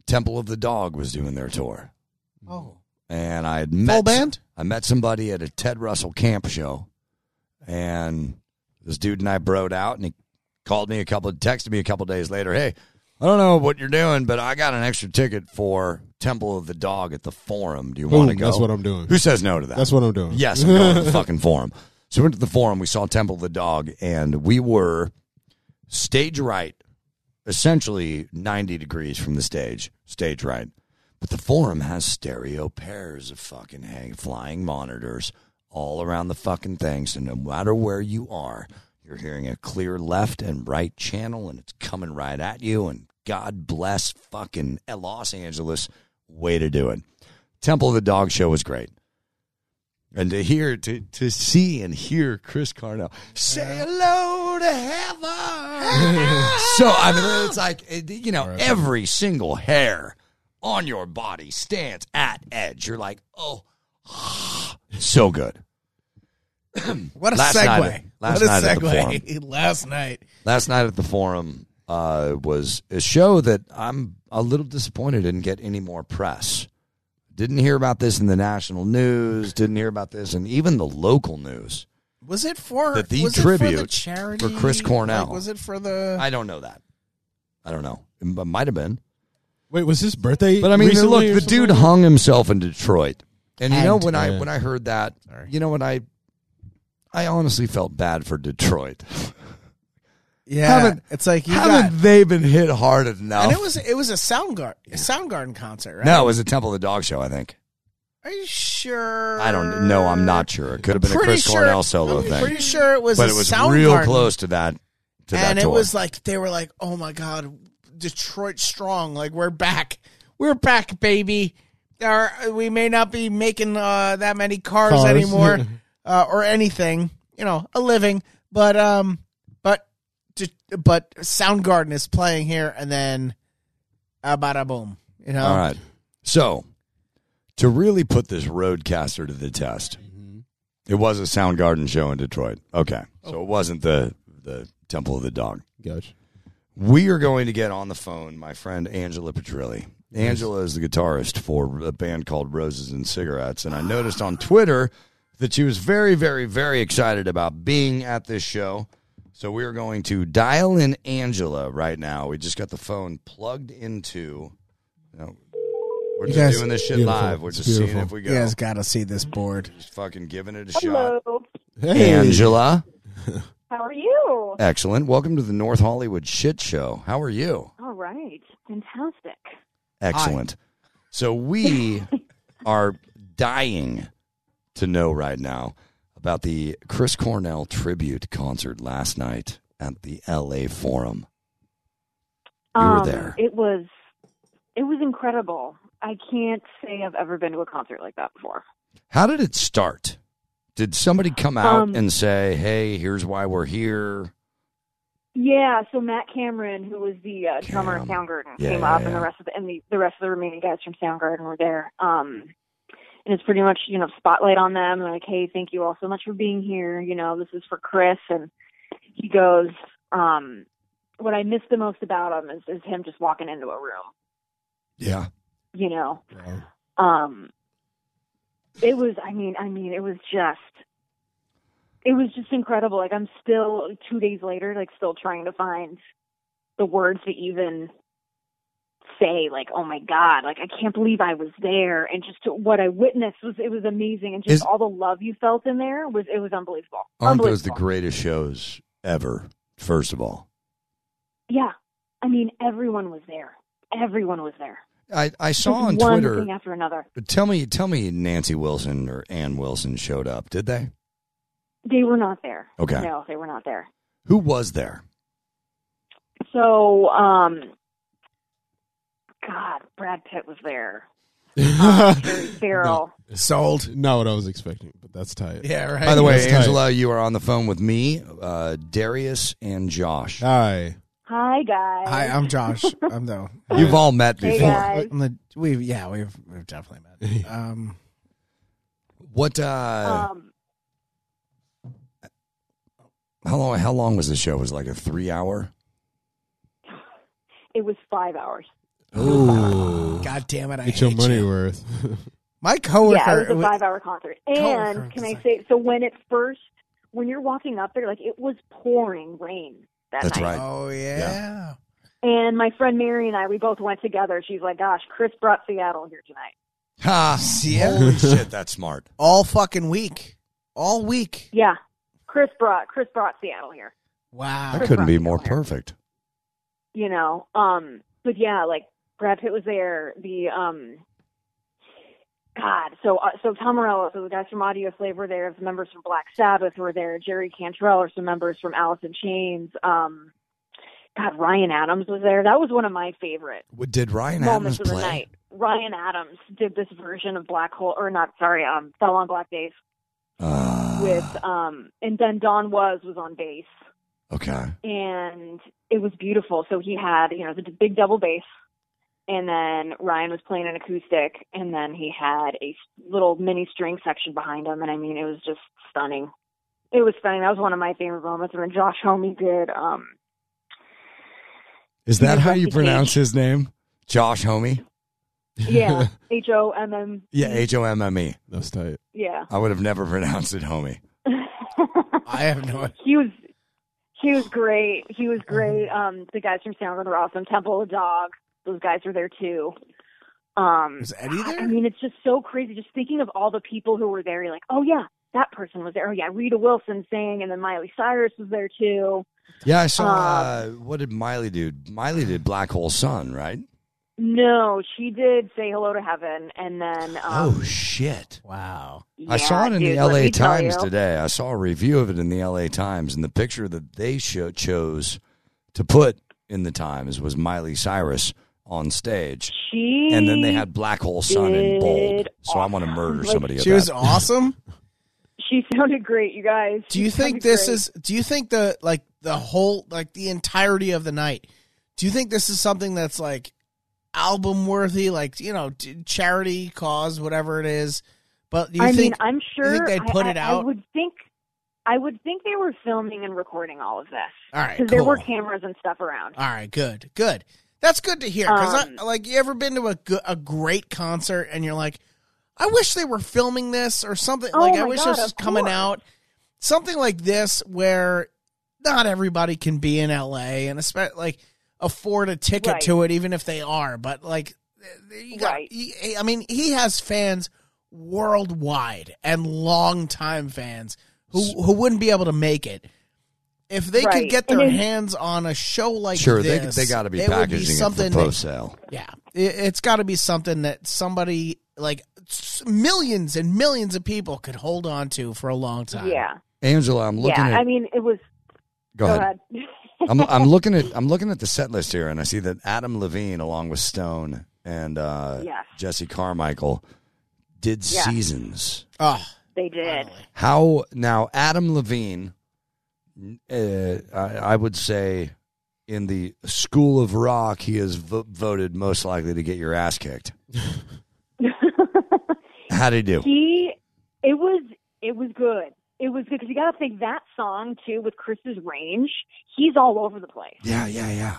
S2: Temple of the Dog was doing their tour, Mm-hmm.
S1: Oh,
S2: and I had met
S1: full band.
S2: I met somebody at a Ted Russell camp show, and this dude and I broed out, and he called me a couple, texted me a couple days later. Hey, I don't know what you're doing, but I got an extra ticket for Temple of the Dog at the Forum. Do you want to
S3: Boom.
S2: go?
S3: That's what I'm doing.
S2: Who says no to that?
S3: That's what I'm doing. *laughs*
S2: Yes, I'm going to the fucking forum. So we went to the forum. We saw Temple of the Dog, and we were stage right, essentially 90 degrees from the stage, stage right. But the forum has stereo pairs of fucking hang flying monitors all around the fucking thing. So no matter where you are, you're hearing a clear left and right channel, and it's coming right at you. And God bless fucking Los Angeles. Way to do it. Temple of the Dog show was great and to hear to to see and hear Chris Carnell say hello to heaven. so I mean, it's like it- you know, every single hair on your body stands at edge. You're like, oh, *sighs* so good.
S1: What a
S2: Last
S1: segue!
S2: night- last
S1: what a
S2: night at the
S1: segue! *laughs* last night.
S2: Last night at the forum uh, was a show that I'm a little disappointed didn't get any more press. Didn't hear about this in the national news. Didn't hear about this, and even the local news.
S1: Was it for
S2: That the
S1: was it for the
S2: tribute
S1: charity
S2: for Chris Cornell.
S1: Like, was it for the?
S2: I don't know that. I don't know. It might have been.
S3: Wait, was his birthday?
S2: But I mean,
S3: recently
S2: look,
S3: or
S2: the
S3: something
S2: dude
S3: like that?
S2: hung himself in Detroit, and you know
S1: And- uh,
S2: when I
S3: Yeah.
S2: when I heard that,
S1: Sorry.
S2: you know when I, I honestly felt bad for Detroit.
S1: yeah,
S2: haven't-
S1: it's like you got.
S2: Haven't they been hit hard enough?
S1: And it was it was a Soundgarden Soundgarden concert, right?
S2: No, it was a Temple of the Dog show. I think.
S1: Are you sure?
S2: I don't. No, I'm not sure. It could have been a
S1: Pretty
S2: Chris
S1: sure,
S2: Cornell solo
S1: I'm
S2: thing,
S1: Pretty sure it was
S2: but
S1: a
S2: it was
S1: Soundgarden,
S2: real close to that. To
S1: and
S2: that
S1: it
S2: tour.
S1: was like they were like, "Oh my god, Detroit strong! Like we're back, we're back, baby." Our, we may not be making uh, that many cars,
S3: Cars.
S2: *laughs*
S1: anymore, uh, or anything, you know, a living. But um, but De- but Soundgarden is playing here, and then, uh, bada boom, you know.
S2: All right. So, to really put this roadcaster to the test,
S1: Mm-hmm.
S2: it was a Soundgarden show in Detroit. Okay. So
S1: Oh.
S2: it wasn't the the Temple of the Dog.
S3: Gosh.
S2: We are going to get on the phone my friend Angela Petrilli. Angela is the guitarist for a band called Roses and Cigarettes, and I noticed on Twitter that she was very, very, very excited about being at this show. So we are going to dial in Angela right now. We just got the phone plugged into. no, We're
S1: You
S2: just
S1: guys-
S2: doing this shit
S3: Beautiful.
S2: live. We're
S3: It's
S2: just seeing
S3: beautiful.
S2: if we
S1: You
S2: go.
S1: guys got to see this board.
S2: Just fucking giving it a shot.
S4: Hello.
S3: Hey,
S2: Angela,
S4: How are you?
S2: excellent. Welcome to the North Hollywood Shit Show. How are you?
S4: All right. Fantastic.
S2: Excellent. So
S4: *laughs*
S2: we are dying to know right now about the Chris Cornell tribute concert last night at the LA Forum. You were there.
S4: Um, It was it was incredible. I can't say I've ever been to a concert like that before.
S2: How did it start? Did somebody come out
S4: Um,
S2: and say, "Hey, here's why we're here"?
S4: Yeah, so Matt Cameron, who was the uh, drummer of
S2: Cam.
S4: Soundgarden,
S2: Yeah,
S4: came
S2: yeah,
S4: up,
S2: yeah.
S4: and the rest of the and the, the rest of the remaining guys from Soundgarden were there. Um, and it's pretty much you know spotlight on them. They're like, hey, thank you all so much for being here. You know, this is for Chris, and he goes, um, what I miss the most about him is, is him just walking into a room.
S2: Yeah,
S4: You know,
S3: Wow.
S4: um it was i mean i mean it was just it was just incredible like i'm still two days later like still trying to find the words to even say like oh my god like i can't believe i was there and just to, what i witnessed was it was amazing and just
S2: Is-
S4: all the love you felt in there was it was unbelievable
S2: aren't those the
S4: unbelievable.
S2: greatest shows ever? First of all,
S4: yeah i mean everyone was there everyone was there
S2: I, I saw
S4: Just
S2: on
S4: one
S2: Twitter.
S4: thing after another
S2: Tell me, tell me, Nancy Wilson or Ann Wilson showed up? Did they?
S4: they were not there
S2: Okay.
S4: no they were not there
S2: Who was there?
S4: So, um, God, Brad Pitt was *laughs* there. Jerry
S3: *laughs*
S4: Farrell.
S1: Sold.
S3: Not what I was expecting, but that's tight.
S1: Yeah, right.
S2: By the way,
S3: That's tight.
S2: Angela, you are on the phone with me, uh, Darius, and Josh.
S3: Hi.
S4: Hi, guys.
S1: hi, I'm
S4: *laughs*
S1: Josh. I'm the.
S2: You've all met
S4: Hey,
S2: before.
S4: guys.
S1: I'm the. We've yeah, we've we've definitely
S2: *laughs*
S1: met. Um,
S2: What? Uh,
S4: Um, Oh.
S2: how long? How long was the show? It was it like a three-hour.
S4: it was five hours.
S3: Ooh.
S1: God damn it! I
S3: Get your
S1: hate
S3: money
S1: you.
S3: *laughs* worth.
S1: My
S4: yeah,
S1: coworker.
S4: Oh, it was a five-hour concert.
S1: Coworker,
S4: And can I say, so when it first, when you're walking up there, like it was pouring rain that
S2: That's
S4: night.
S2: right.
S1: oh yeah.
S2: Yeah.
S4: And my friend Mary and I, we both went together. She's like, "Gosh, Chris brought Seattle here tonight."
S2: Ha!
S1: it?
S2: Holy shit, that's smart.
S1: All fucking week. All week.
S4: Yeah, Chris brought Chris brought Seattle here.
S1: Wow.
S2: That couldn't be more perfect.
S4: you know. Um, but yeah, like Brad Pitt was there. The um, God, so uh, so Tom Morello, so the guys from Audio Slave were there. The members from Black Sabbath were there. Jerry Cantrell or some members from Alice in Chains. Um, God, Ryan Adams was there. That was one of my favorite
S2: What- Did Ryan Adams
S4: moments of the
S2: play?
S4: night. Ryan Adams did this version of Black Hole, or not? Sorry, um, Fell on Black Days
S2: Ah,
S4: with um, and then Don was was on bass,
S2: okay.
S4: and it was beautiful. So he had, you know, the big double bass, and then Ryan was playing an acoustic, and then he had a s- little mini string section behind him, and I mean, it was just stunning. It was stunning. That was one of my favorite moments. And then Josh Homme did. Um,
S2: Is
S4: that how you pronounce
S2: his name? Josh Homie?
S4: yeah, H O M M.
S2: Yeah, H O M M E.
S3: *laughs* that's tight.
S4: Yeah. *laughs*
S2: I would have never *laughs* pronounced it Homie.
S1: I have no idea.
S4: he was he was great. He was great. Um, the guys from Soundgarden were awesome. Temple of the Dog, those guys were there too. Um,
S1: Was Eddie
S4: I
S1: there?
S4: mean, it's just so crazy. Just thinking of all the people who were there, you're like, oh yeah, that person was there. Oh yeah, Rita Wilson sang, and then Miley Cyrus was there too.
S2: Yeah, I saw. Uh, what did Miley do? Miley did Black Hole Sun, right?
S4: No, she did say hello to heaven, and then um,
S2: oh shit!
S1: Wow.
S2: I saw it
S4: yeah,
S2: in
S4: dude,
S2: the
S4: let
S2: L.A.
S4: me tell
S2: Times
S4: you.
S2: today. I saw a review of it in the L.A. Times, and the picture that they sho- chose to put in the Times was Miley Cyrus on stage,
S4: She
S2: and then they had Black Hole Sun in bold.
S4: did
S2: So I'm gonna murder
S4: Like,
S2: somebody.
S1: She
S2: at
S1: was
S2: that.
S1: awesome.
S4: she sounded great, you guys.
S1: Do you
S4: She sounded
S1: think this
S4: great.
S1: is? Do you think the like the whole like the entirety of the night? Do you think this is something that's like album worthy, like you know, t- charity cause, whatever it is? But do you
S4: I
S1: think
S4: mean, I'm
S1: you
S4: sure
S1: think they'd put
S4: I,
S1: it
S4: I- I
S1: out?
S4: would think I would think they were filming and recording all of this.
S1: All right,
S4: because there were
S1: cool.
S4: cameras and stuff around.
S1: All right, good, good. That's good to hear. Cause
S4: Um,
S1: I, like you ever been to a go- a great concert and you're like, I wish they were filming this or something.
S4: Oh
S1: like I
S4: my
S1: wish
S4: God,
S1: this
S4: of
S1: was coming
S4: course.
S1: out. Something like this where not everybody can be in LA and especially like afford a ticket
S4: Right.
S1: to it, even if they are. But like You got-
S4: Right.
S1: he- I mean, he has fans worldwide and longtime fans who who wouldn't be able to make it if they could
S4: Right.
S1: get
S4: And
S1: their
S4: then-
S1: hands on a show like
S2: Sure, they,
S1: this.
S2: they got to be
S1: it would
S2: packaging it
S1: something
S2: for
S1: that-
S2: post sale.
S1: yeah, it, it's got to be something that somebody like s- millions and millions of people could hold on to for a long time.
S4: Yeah.
S2: Angela, I'm looking
S4: yeah.
S2: at.
S4: I mean, it was.
S2: go, ahead.
S4: ahead. *laughs*
S2: I'm, I'm looking at I'm looking at the set list here, and I see that Adam Levine, along with Stone and uh,
S4: Yes.
S2: Jesse Carmichael, did
S4: Yeah.
S2: seasons.
S1: Oh,
S4: they did.
S1: finally.
S2: How now? Adam Levine, uh, I, I would say, in the school of rock, he is vo- voted most likely to get your ass kicked. How would he do?
S4: *laughs* He, it was, it was good. It was good because you got to think that song too with Chris's range. He's all over the place.
S2: yeah, yeah, yeah.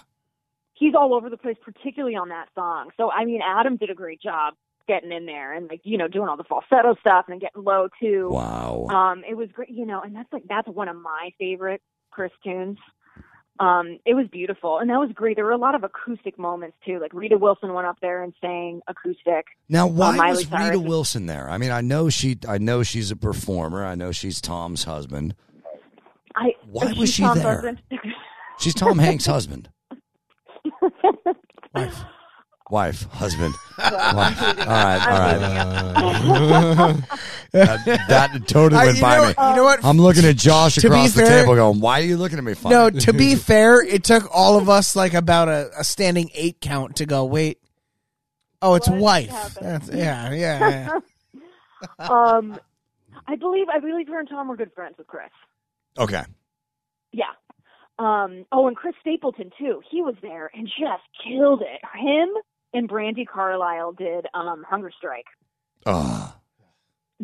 S4: He's all over the place, particularly on that song. So I mean, Adam did a great job getting in there and like you know doing all the falsetto stuff and getting low too.
S2: Wow.
S4: Um, it was great, you know, and that's like that's one of my favorite Chris tunes. Um, it was beautiful, and that was great. There were a lot of acoustic moments too. Like Rita Wilson went up there and sang acoustic.
S1: Uh,
S2: Now, why
S4: Miley
S2: was Rita
S4: Cyrus.
S2: Wilson there? I mean, I know she, I know she's a performer. I know she's Tom's husband.
S4: I
S2: Why
S4: she
S2: was she
S4: Tom's
S2: there?
S4: husband.
S2: She's Tom Hanks' husband,
S1: Wife.
S2: wife,
S1: *laughs*
S2: husband. Wife. All right, all right.
S3: Uh,
S2: That, that totally
S1: I-
S2: went
S1: you,
S2: by
S1: know,
S2: me.
S1: you know what?
S2: I'm looking at Josh
S1: To be
S2: across the
S1: fair-
S2: table, going, "Why are you looking at me?" Funny?
S1: *laughs* No, to be fair, it took all of us like about a, a standing eight count to go, wait. Oh, it's
S4: What
S1: wife.
S4: happened?
S1: That's, yeah, yeah,
S4: *laughs*
S1: yeah.
S4: *laughs* um, I believe I believe her and Tom were good friends with Chris.
S2: okay.
S4: Yeah. Um, oh, and Chris Stapleton too. He was there and just killed it. Him and Brandy Carlisle did um, Hunger Strike.
S2: Uh,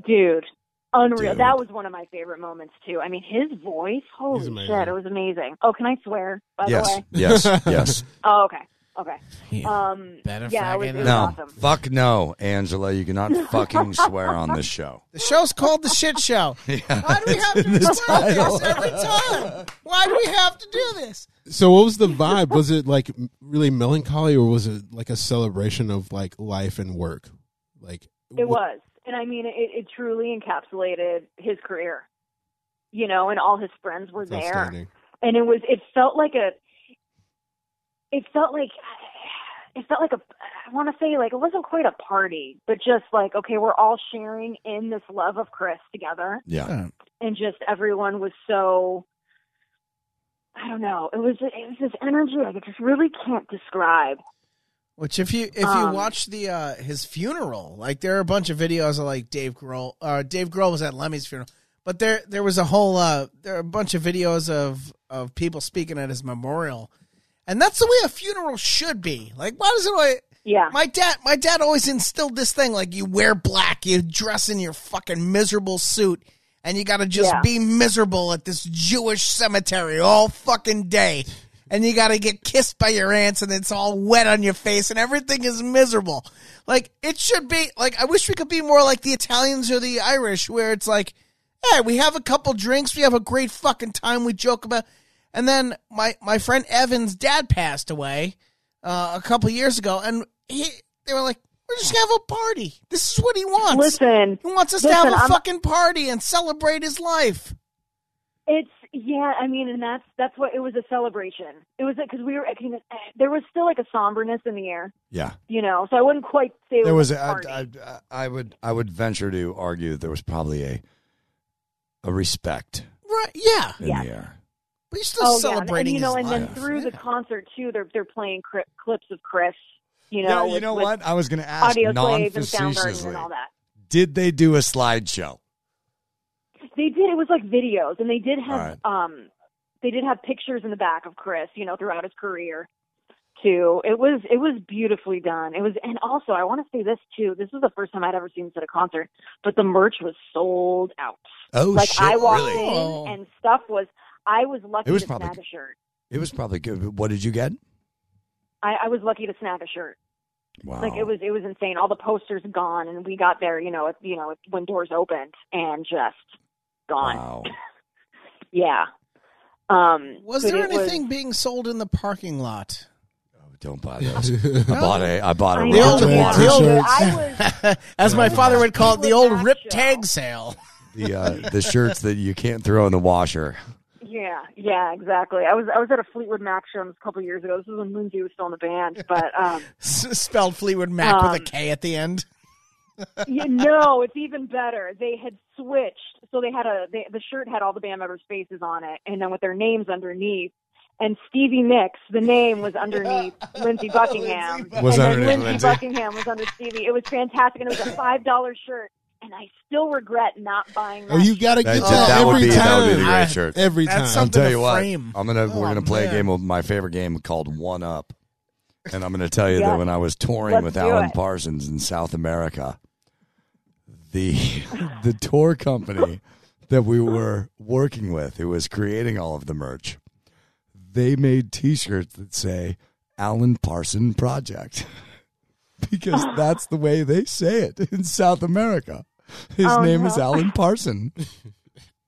S4: Dude, unreal.
S2: Dude.
S4: That was one of my favorite moments too. I mean, his voice, holy
S3: amazing.
S4: shit, it was amazing. Oh, can I swear? By the
S2: yes,
S4: way. *laughs*
S2: yes, yes.
S4: Oh, okay, okay.
S1: Yeah.
S4: Um,
S1: Better
S4: yeah, it was,
S1: faggot
S4: it was
S2: No,
S4: awesome.
S2: fuck no, Angela. You
S4: *laughs*
S2: cannot fucking swear on this *laughs* show.
S1: The show's called The Shit Show. Why do we have to do this every time? Why do we have to do this?
S3: *laughs* so what was the vibe? Was it like m- really melancholy, or was it like a celebration of like life and work? Like what-
S4: It was. And I mean, it, it truly encapsulated his career, you know, and all his friends were
S3: it's
S4: there.
S3: outstanding.
S4: And it was, it felt like a, it felt like, it felt like a, I want to say like, it wasn't quite a party, but just like, okay, we're all sharing in this love of Chris together.
S2: Yeah,
S4: And just everyone was so, I don't know. It was, it was this energy I just really can't describe.
S1: Which, if you if you
S4: Um,
S1: watch the uh, his funeral, like there are a bunch of videos of like Dave Grohl. Uh, Dave Grohl was at Lemmy's funeral, but there there was a whole uh, there are a bunch of videos of of people speaking at his memorial, and that's the way a funeral should be. Like, why does it? always-
S4: Yeah.
S1: My dad, my dad always instilled this thing: like you wear black, you dress in your fucking miserable suit, and you got to just
S4: Yeah.
S1: be miserable at this Jewish cemetery all fucking day, and you got to get kissed by your aunts, and it's all wet on your face, and everything is miserable. Like it should be. Like I wish we could be more like the Italians or the Irish, where it's like, yeah, we have a couple drinks, we have a great fucking time, we joke about, and then my my friend Evan's dad passed away uh, a couple years ago, and he they were like, "We're just gonna have a party. This is what he wants.
S4: Listen,
S1: he wants us
S4: listen,
S1: to have a
S4: I'm-
S1: fucking party and celebrate his life."
S4: It's yeah, I mean, and that's that's what it was a celebration. It was because we were I mean, eh, there was still like a somberness in the air,
S2: yeah.
S4: you know. So I wouldn't quite say it
S2: there was
S4: a
S2: a, I,
S4: party.
S2: I, I would I would venture to argue there was probably a a respect
S1: Right? Yeah,
S2: in
S4: Yeah.
S2: the air.
S1: but he's still
S4: oh yeah, and- and,
S1: celebrating.
S4: you know,
S1: his
S4: and
S1: life.
S4: then through the concert too, they're they're playing cri- clips of Chris, you know,
S2: Yeah, you
S4: with,
S2: know
S4: with
S2: what? I was going to ask
S4: audio
S2: non
S4: slaves and sound garden
S2: facetiously.
S4: and all that.
S2: Did they do a slideshow?
S4: They did. It was like videos, and they did have
S2: Alright.
S4: um, they did have pictures in the back of Chris, you know, throughout his career. Too. It was it was beautifully done. It was, and also I want to say this too. This is the first time I'd ever seen this at a concert, but the merch was sold out.
S2: Oh
S4: like
S2: shit!
S4: I walked
S2: really?
S1: Oh.
S4: in and stuff was. I was lucky
S2: It was
S4: to
S2: probably-
S4: snag a shirt.
S2: It was probably good. What did you get?
S4: I, I was lucky to snag a shirt.
S2: Wow!
S4: Like it was it was insane. All the posters gone, and we got there. You know, at, you know when doors opened, and just gone.
S2: Wow. Oh,
S4: Yeah. Um,
S1: was
S4: but
S1: there
S4: it was-
S1: anything being sold in the parking lot? *laughs*
S2: Oh don't buy those. I bought a I bought a
S4: I
S1: The
S4: know,
S1: old-
S2: Roger
S1: the
S4: yeah.
S2: Waters.
S1: old-
S4: I was
S1: As my father would call it, the old
S4: Without
S1: rip
S4: show.
S1: tag sale. *laughs*
S2: the uh, the shirts that you can't throw in the
S3: *laughs*
S2: washer.
S3: Oh,
S4: Yeah, yeah, exactly. I was I was at a Fleetwood Mac show a couple years ago. This was when Lindsay was still in the band, but *laughs* um,
S1: S- spelled Fleetwood Mac with a
S4: Um,
S1: K at the end.
S4: you know, it's even better. They had switched, so they had a they, the shirt had all the band members' faces on it, and then with their names underneath. And Stevie Nicks, the name was underneath *laughs* Lindsey
S1: *laughs*
S4: Buckingham,
S1: Lindsey
S3: Was
S4: and then
S3: underneath
S4: Lindsey
S2: Lindsey.
S4: Buckingham was under Stevie. It was fantastic, and it was a five dollar shirt. And I still regret not buying that.
S3: Oh, you got to
S2: That,
S3: get
S1: Oh,
S3: that,
S2: that would
S3: every
S2: be that would be the
S3: time.
S1: I-
S2: great shirt.
S3: Every
S1: That's
S3: time.
S1: something-
S2: Tell
S1: the
S2: you what,
S1: frame.
S2: I'm gonna
S1: Oh,
S2: we're gonna play
S1: man.
S2: a game of my favorite game called One Up, and I'm gonna tell you
S4: Yeah.
S2: that when I was touring
S4: Let's
S2: with
S4: do
S2: Alan
S4: it.
S2: Parsons in South America, the *laughs* the tour company that we were working with, who was creating all of the merch, they made T-shirts that say Alan Parson Project *laughs* because that's the way they say it in South America. His
S4: Oh,
S2: name
S4: no.
S2: is Alan Parson.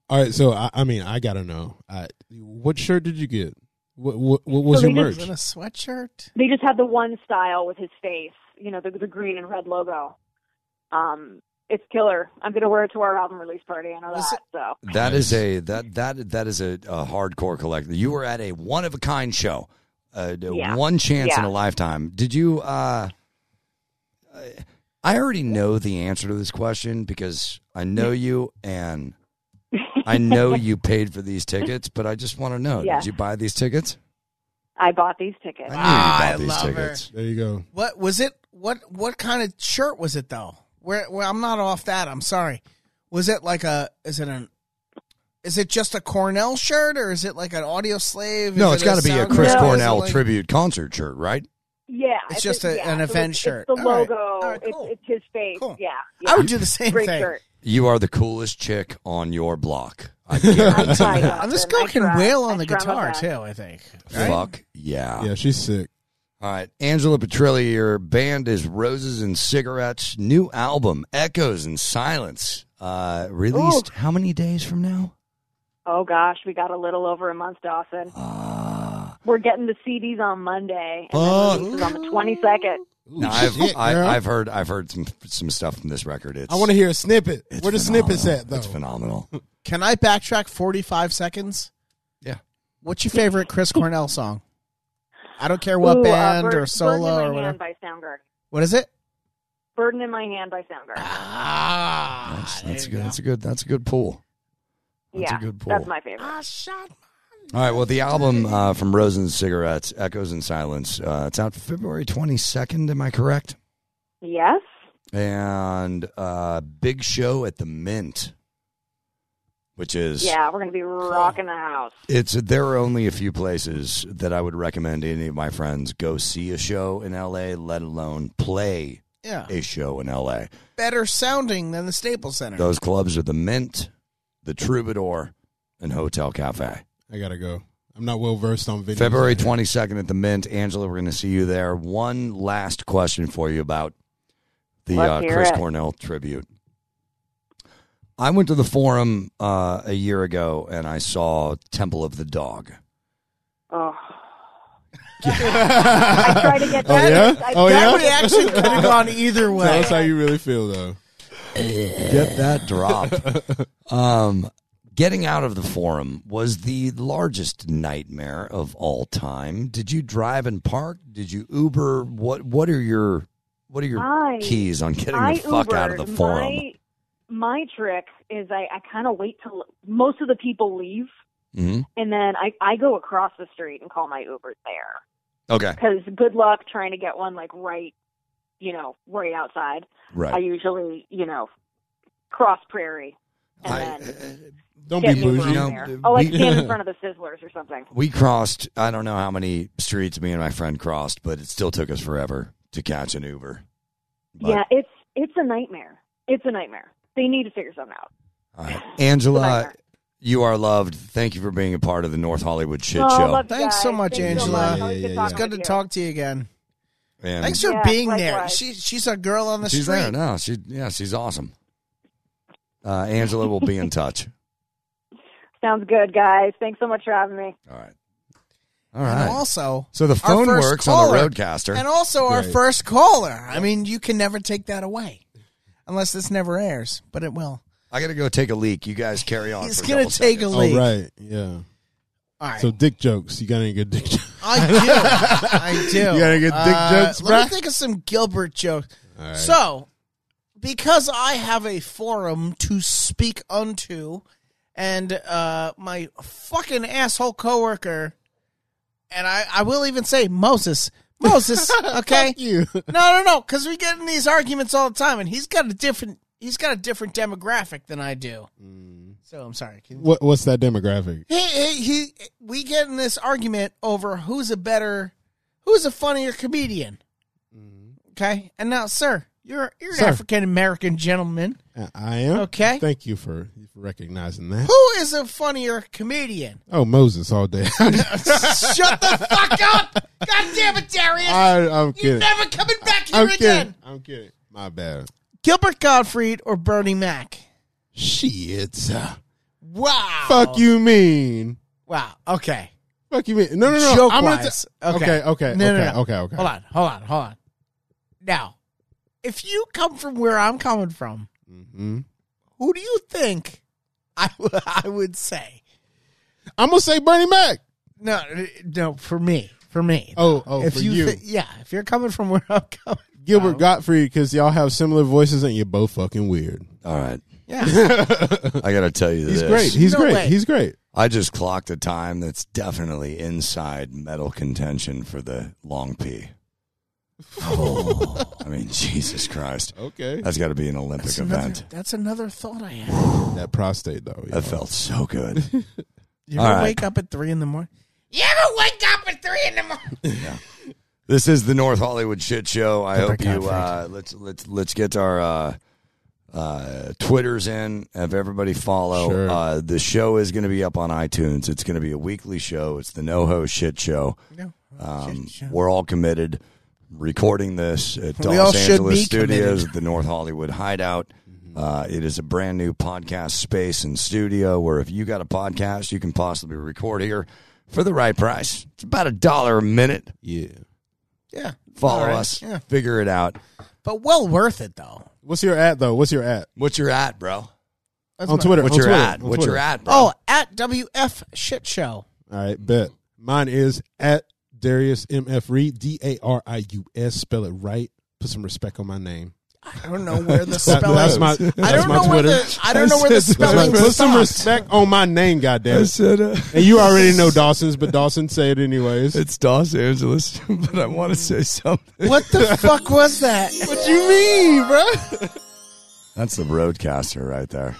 S3: All right, so I, I mean, I got to know. I, what shirt did you get? What what, what was
S4: So
S3: your
S4: they
S3: merch?
S4: just-
S1: Is it a sweatshirt?
S4: they just had the one style with his face, you know, the the green and red logo. Um, it's killer. I'm gonna wear it to our album release party. I know
S1: Was
S4: that. So
S2: That is a that that that is a, a hardcore collector. You were at a one of a kind show, uh, d-
S4: Yeah.
S2: one chance in
S4: Yeah.
S2: a lifetime. Did you? Uh, I- I already know the answer to this question because I know you and I know you paid for these tickets. But I just want to know:
S4: Yeah.
S2: Did you buy these tickets?
S4: I bought these tickets.
S2: I
S1: Ah, I
S2: knew you bought
S1: love
S2: these
S1: her.
S2: tickets.
S3: There you go.
S1: What was it? What what kind of shirt was it though? Where, where I'm not off that. I'm sorry. Was it like a? Is it an? Is it just a Cornell shirt or is it like an Audio Slave?
S2: No,
S1: Is
S2: it's
S1: it
S2: got to be a
S1: Soundgarden?
S2: Chris
S1: Is it
S2: Cornell
S1: like-
S2: tribute concert shirt, right?
S4: Yeah,
S1: It's just a-
S4: yeah,
S1: an
S4: so it's-
S1: event
S4: it's
S1: shirt.
S4: the
S1: All right.
S4: logo.
S1: All right, cool.
S4: it's, it's his face.
S1: Cool.
S4: Yeah,
S1: I
S4: yeah.
S1: would do the same
S4: great
S1: thing.
S4: shirt.
S2: You are the coolest chick on your block.
S1: *laughs*
S2: I
S3: *laughs*
S4: I
S2: guarantee.
S4: tried,
S1: Oh,
S4: Austin.
S1: this girl
S4: I
S1: can
S4: tried.
S1: wail on
S4: I
S1: the
S4: tried my
S1: guitar
S4: best.
S1: too. I think. Right?
S2: Fuck yeah.
S3: Yeah, she's sick.
S2: All right, Angela Petrilli, your band is Roses and Cigarettes. New album, Echoes and Silence, uh, released how many days from now?
S4: Oh gosh, we got a little over a month, Dawson.
S2: Uh,
S4: We're getting the CDs on Monday, and
S3: Fuck.
S4: then releases on the 22nd.
S3: Ooh,
S2: now, I've,
S3: shit,
S2: I,
S3: girl.
S2: I've heard I've heard some some stuff from this record. It's
S3: I want to hear a snippet.
S2: it's
S3: Where the
S2: phenomenal.
S3: snippets at, though?
S2: It's *laughs* phenomenal.
S1: Can I backtrack 45 seconds?
S2: Yeah.
S1: What's your favorite Chris Cornell song? I don't care what
S4: Ooh, uh,
S1: band
S4: Bird-
S1: or solo
S4: Burden
S1: or
S4: in my hand
S1: whatever.
S4: by Soundgarden.
S1: What is it?
S4: Burden in my hand by Soundgarden.
S1: Ah,
S2: That's,
S1: there
S2: that's a
S1: you
S2: good.
S1: go.
S2: That's a good. That's a good pull. That's
S4: yeah,
S2: a good pull.
S4: that's my favorite.
S2: All right. Well, the album uh, from Roses and Cigarettes, Echoes and Silence, uh, it's out February twenty second. Am I correct?
S4: Yes.
S2: and uh big show at the mint which is
S4: Yeah, we're gonna be rocking the house.
S2: it's there are only a few places that i would recommend any of my friends go see a show in la let alone play
S1: Yeah.
S2: a show in la
S1: Better sounding than the Staples Center.
S2: those clubs are the mint the troubadour and hotel cafe
S3: I gotta go. I'm not well versed on video.
S2: February 22nd at the Mint. Angela, we're going to see you there. One last question for you about the
S4: Let's
S2: uh,
S4: hear
S2: Chris
S4: it.
S2: Cornell tribute. I went to the forum uh, a year ago and I saw Temple of the Dog.
S3: *laughs*
S4: Oh. I try to get
S3: Oh,
S4: that.
S3: yeah?
S4: I
S1: that
S3: Oh,
S4: try to
S3: yeah?
S4: get
S1: reaction could have *laughs* gone either
S3: Tell
S1: way.
S3: us how you really feel, though.
S2: Get that drop. um, getting out of the forum was the largest nightmare of all time. Did you drive and park? Did you Uber? What What are your What are your
S4: I-
S2: keys on getting
S4: I
S2: the fuck out of
S4: Ubered.
S2: the forum?
S4: My, my trick is I, I kind of wait till most of the people leave,
S2: hmm
S4: and then I, I go across the street and call my Uber there.
S2: Okay.
S4: Because good luck trying to get one like right, you know, right outside. I
S2: Right.
S4: usually, you know, cross prairie and then
S3: Don't
S4: get
S3: be
S4: Uber
S3: bougie.
S2: No,
S4: on there.
S2: uh,
S4: Oh, like
S2: we-
S3: *laughs*
S4: stand in front of the Sizzlers or something.
S2: we crossed, I don't know how many streets me and my friend crossed, but it still took us forever to catch an Uber. But-
S4: yeah, it's it's a nightmare. It's a nightmare. They need to figure something out.
S2: All right. uh, Angela,
S4: Nightmare.
S2: you are loved. Thank you for being a part of the North Hollywood shit
S4: Oh,
S2: show.
S4: love you
S1: Thanks
S4: guys.
S1: so much,
S4: Thank you
S1: Angela.
S4: much. Always
S3: Yeah, yeah,
S1: It's
S4: talking
S1: good
S4: with
S1: to
S4: you.
S1: talk to you again.
S2: and
S1: Thanks for
S4: Yeah,
S1: being there.
S4: likewise.
S1: She, she's a girl on the
S2: she's
S1: street.
S2: there. No, she, yeah, she's awesome. Uh, Angela
S1: *laughs*
S2: will be in touch.
S4: Sounds good, guys. Thanks so much for having me.
S2: All right. All
S1: And
S2: right.
S1: also,
S2: So the
S1: our
S2: phone
S1: first
S2: works on the
S1: caller-
S2: Roadcaster.
S1: And also our
S3: Great.
S1: first caller. I mean, you can never take that away, unless this never airs. But it will.
S2: I got to go take a leak. You guys carry on.
S1: He's
S2: for a
S1: gonna
S2: couple
S1: take a
S2: seconds.
S1: leak.
S3: Oh, right. Yeah.
S1: All right.
S3: So dick jokes. You got any good dick jokes?
S1: *laughs*
S2: *laughs*
S1: I do. I do. Uh,
S3: You gotta get dick
S1: Let
S3: jokes,
S1: me
S3: bruh.
S1: think of some Gilbert jokes.
S3: All right.
S1: So, because I have a forum to speak unto, and uh, my fucking asshole coworker, and I, I will even say Moses, Moses, okay,
S3: Fuck you.
S1: no, no, no, because we get in these arguments all the time, and he's got a different, he's got a different demographic than I do. So I'm sorry. Can,
S3: What, what's that demographic?
S1: he, he, he, we get in this argument over who's a better, who's a funnier comedian. Okay, and now, sir, you're you're
S3: Sir.
S1: an African American gentleman.
S3: Uh, I am.
S1: Okay.
S3: Thank you for for recognizing that.
S1: Who is a funnier comedian?
S3: Oh, Moses all
S1: *laughs*
S3: day. *laughs*
S1: Shut the fuck up! God damn it, Darius!
S3: I, I'm
S1: You're
S3: kidding.
S1: never coming back here
S3: I'm
S1: again.
S3: kidding. I'm kidding. My bad.
S1: Gilbert Gottfried or Bernie Mac?
S3: Shit.
S1: Wow.
S3: Fuck you mean.
S1: Wow. Okay.
S3: Fuck you mean. No, no, no.
S1: Joke
S3: I'm gonna
S1: wise.
S3: ta- okay, okay,
S1: No, no,
S3: okay,
S1: no.
S3: okay, okay.
S1: Hold on. Hold on. Hold on. Now, if you come from where I'm coming from,
S3: hmm
S1: who do you think I *laughs* I would say?
S3: I'm gonna say Bernie Mac.
S1: No, no, for me, for me.
S3: Oh, oh,
S1: if
S3: for
S1: you,
S3: you,
S1: thi- yeah, if you're coming from where I'm coming,
S3: Gilbert Gottfried, because y'all have similar voices and you're both fucking weird.
S2: All right.
S1: yeah,
S2: *laughs* I got to tell you
S3: He's
S2: this.
S3: great. He's
S1: No
S3: great.
S1: way.
S3: He's great.
S2: I just clocked a time that's definitely inside metal contention for the
S1: *laughs*
S2: long P. Oh. I mean, Jesus Christ.
S3: Okay.
S2: That's got to be an Olympic
S1: that's
S2: event.
S1: another, that's another thought I had.
S3: That prostate though.
S2: That
S3: y'all.
S2: felt so good.
S1: You
S2: All
S1: ever
S2: right.
S1: wake up at three in the morning?
S5: You ever wake up at three in the
S1: *laughs*
S5: morning?
S2: this is the North Hollywood shit show. I hope
S1: Gilbert
S2: you uh, let's let's let's get our uh, uh, Twitters in. Have everybody follow.
S3: Sure.
S2: Uh, the show is going to be up on iTunes. It's going to be a weekly show. It's the No Ho Shit Show.
S1: No,
S2: Um,
S1: Shit show.
S2: We're all committed. Recording this at
S1: We all
S2: Los
S1: should be
S2: Angeles Studios
S1: committed. Mm-hmm.
S2: at the North Hollywood Hideout. Uh, it is a brand new podcast space and studio where if you got a podcast, you can possibly record here for the right price. It's about a dollar a minute.
S3: Yeah.
S1: yeah,
S2: Follow
S1: all right,
S2: us.
S1: yeah.
S2: Figure it out.
S1: but well worth it though.
S3: What's your at though? What's your at
S2: What's your at, bro?
S1: That's
S3: on
S1: my-
S3: Twitter?
S2: What's
S3: on
S2: your
S3: Twitter,
S2: at?
S3: on
S2: What's your
S3: Twitter.
S2: at, bro?
S1: Oh, at WF Shit Show.
S3: All right, bet. Mine is at Darius MF Reed, D A R I U S. Spell it right. Put some respect on my name.
S1: I don't know where the
S3: *laughs* That-
S1: spelling.
S3: that's my.
S1: I
S3: that's
S1: don't
S3: my
S1: know
S3: Twitter.
S1: where the I don't know where the
S2: That's my-
S1: spelling.
S3: Put some
S1: stopped.
S3: respect on my name, goddamn.
S2: said uh, *laughs*
S3: And you already know Dawson's, but Dawson say it anyways.
S2: it's Dos Angeles, *laughs* but I want to say
S1: Mm.
S2: something.
S1: What
S3: *laughs*
S1: the fuck was that?
S3: What you mean, bro?
S2: That's the roadcaster right
S3: *laughs*
S2: there.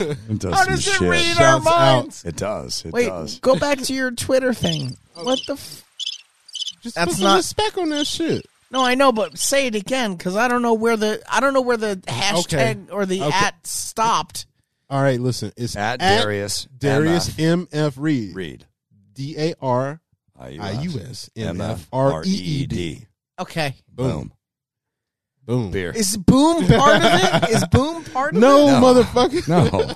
S2: It does
S1: How
S2: some
S1: does it
S2: shit.
S1: read our
S3: Shouts out.
S1: minds?
S2: It does. It
S1: Wait,
S2: does.
S1: go back to your Twitter thing. What the? F-
S3: Just
S1: That's
S3: put some
S1: not-
S3: respect on that shit.
S1: no, I know, but say it again because I don't know where the I don't know where the hashtag or the
S3: Okay.
S1: at stopped.
S3: All right, listen. It's
S2: At, Darius.
S3: Darius M F
S2: MF.
S3: Reed,
S2: Reed.
S3: D A R I U
S2: IUS.
S3: S M F R E E D.
S1: Okay,
S2: Boom.
S3: Boom, boom.
S2: Beer.
S1: is boom part of it? Is boom part of it?
S3: No,
S2: No.
S3: motherfucker. *laughs*
S2: No.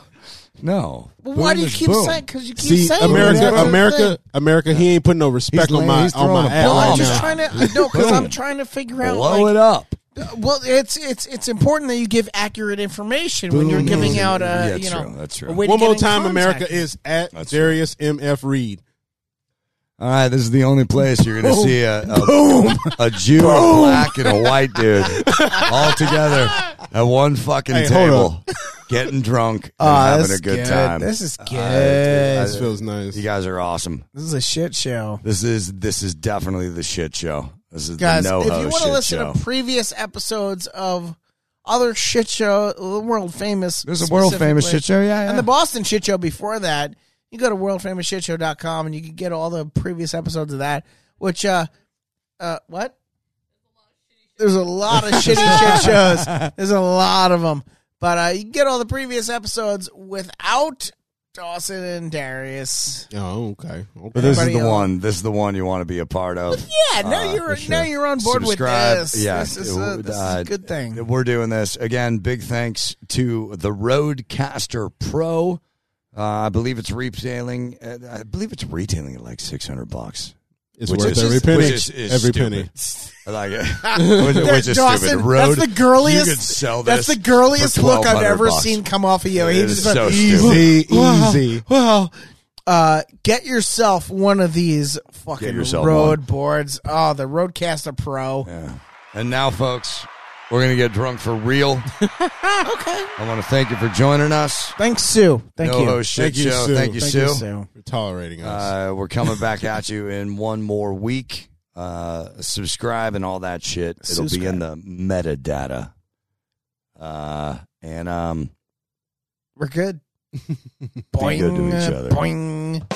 S2: No.
S1: Well, why
S2: Boom
S1: do you
S2: is
S1: keep
S2: boom.
S1: saying? Because you keep
S3: See,
S1: saying
S3: America,
S1: that.
S3: America, America. He ain't putting no respect
S2: He's
S3: on
S2: laying-
S3: my
S2: he's
S3: on
S2: throwing
S3: my
S2: a
S3: ad
S1: No,
S2: bomb
S1: I'm
S3: right
S1: just
S3: now.
S1: trying to no, because
S2: Boom.
S1: I'm trying to figure out.
S2: Blow
S1: like,
S2: it up.
S1: Well, it's it's it's important that you give accurate information when you're
S3: Boom.
S1: giving out
S2: Yeah,
S1: a
S2: it's
S1: you know
S2: true. That's true.
S1: a way to
S3: One
S1: get
S3: more
S1: in
S3: time,
S1: contact.
S3: America is at
S2: That's right.
S3: Darius M F Reed.
S2: All right, this is the only place you're
S3: Oh.
S2: going to see a, a
S3: *laughs*
S2: *laughs* a Jew, a black, and a white dude all together at one fucking
S3: Hey, hold
S2: table, getting drunk and
S1: Oh,
S2: having
S1: this
S2: a
S1: is
S2: good,
S1: good.
S2: time.
S1: This is
S2: Uh,
S1: good.
S2: it's-
S3: This
S2: uh,
S3: feels nice.
S2: you guys are awesome.
S1: This is a shit show.
S2: This is this is definitely the shit show. This is
S1: Guys,
S2: the no
S1: if you
S2: ho
S1: want to
S2: shit
S1: listen
S2: show.
S1: to previous episodes of other shit show, the world famous.
S2: There's a world famous
S1: specifically,
S2: shit show. Yeah, yeah.
S1: And the Boston shit show before that, you go to worldfamousshitshow.com and you can get all the previous episodes of that, which, uh, uh, what? There's a lot of *laughs* shitty shit shows. There's a lot of them. But uh, you can get all the previous episodes without Dawson and Darius.
S3: Oh, okay.
S2: but this
S3: okay.
S2: is
S1: Everybody
S2: the
S1: else.
S2: one. This is the one you want to be a part of.
S1: Yeah, now
S2: Uh,
S1: you're
S2: for sure.
S1: now you're on board
S2: Subscribe.
S1: with this.
S2: Yeah,
S1: this is,
S2: it
S1: a,
S2: would,
S1: this is
S2: uh,
S1: a good thing.
S2: We're doing this again. Big thanks to the Roadcaster uh, Pro. Uh, I believe it's retailing. At, I believe it's retailing at like six hundred bucks.
S3: It's
S2: Which
S3: worth
S2: is-
S3: every
S2: which
S3: penny.
S2: is- is
S3: every
S2: stupid.
S3: penny.
S2: I *laughs* like it. which, *laughs* which is
S1: Dawson,
S2: stupid. Road.
S1: that's the girliest.
S2: You could sell
S1: that's
S2: this.
S1: the girliest
S2: for
S1: look I've
S2: 1200
S1: ever
S2: bucks.
S1: seen come off of you.
S2: It
S1: He
S2: is
S1: just went,
S2: so stupid.
S3: Easy,
S1: Wow.
S3: easy.
S1: Well, uh, get yourself one of these fucking
S2: Get yourself
S1: road
S2: one.
S1: boards. Oh, the Roadcaster Pro.
S2: Yeah. And now, folks, we're gonna get drunk for real. okay. I want to thank you for joining us.
S1: Ah, Thanks, Sue. Thank
S2: no
S1: you.
S2: Ho shit
S3: Thank you,
S2: show.
S3: Sue.
S2: Thank you,
S1: Thank
S2: Sue.
S1: you, Sue.
S3: For tolerating us.
S2: Uh, we're coming back at you in one more week. Uh, subscribe and all that shit. It'll be in the metadata. Uh, and um,
S1: We're good.
S2: Be good to each other.
S1: Boing.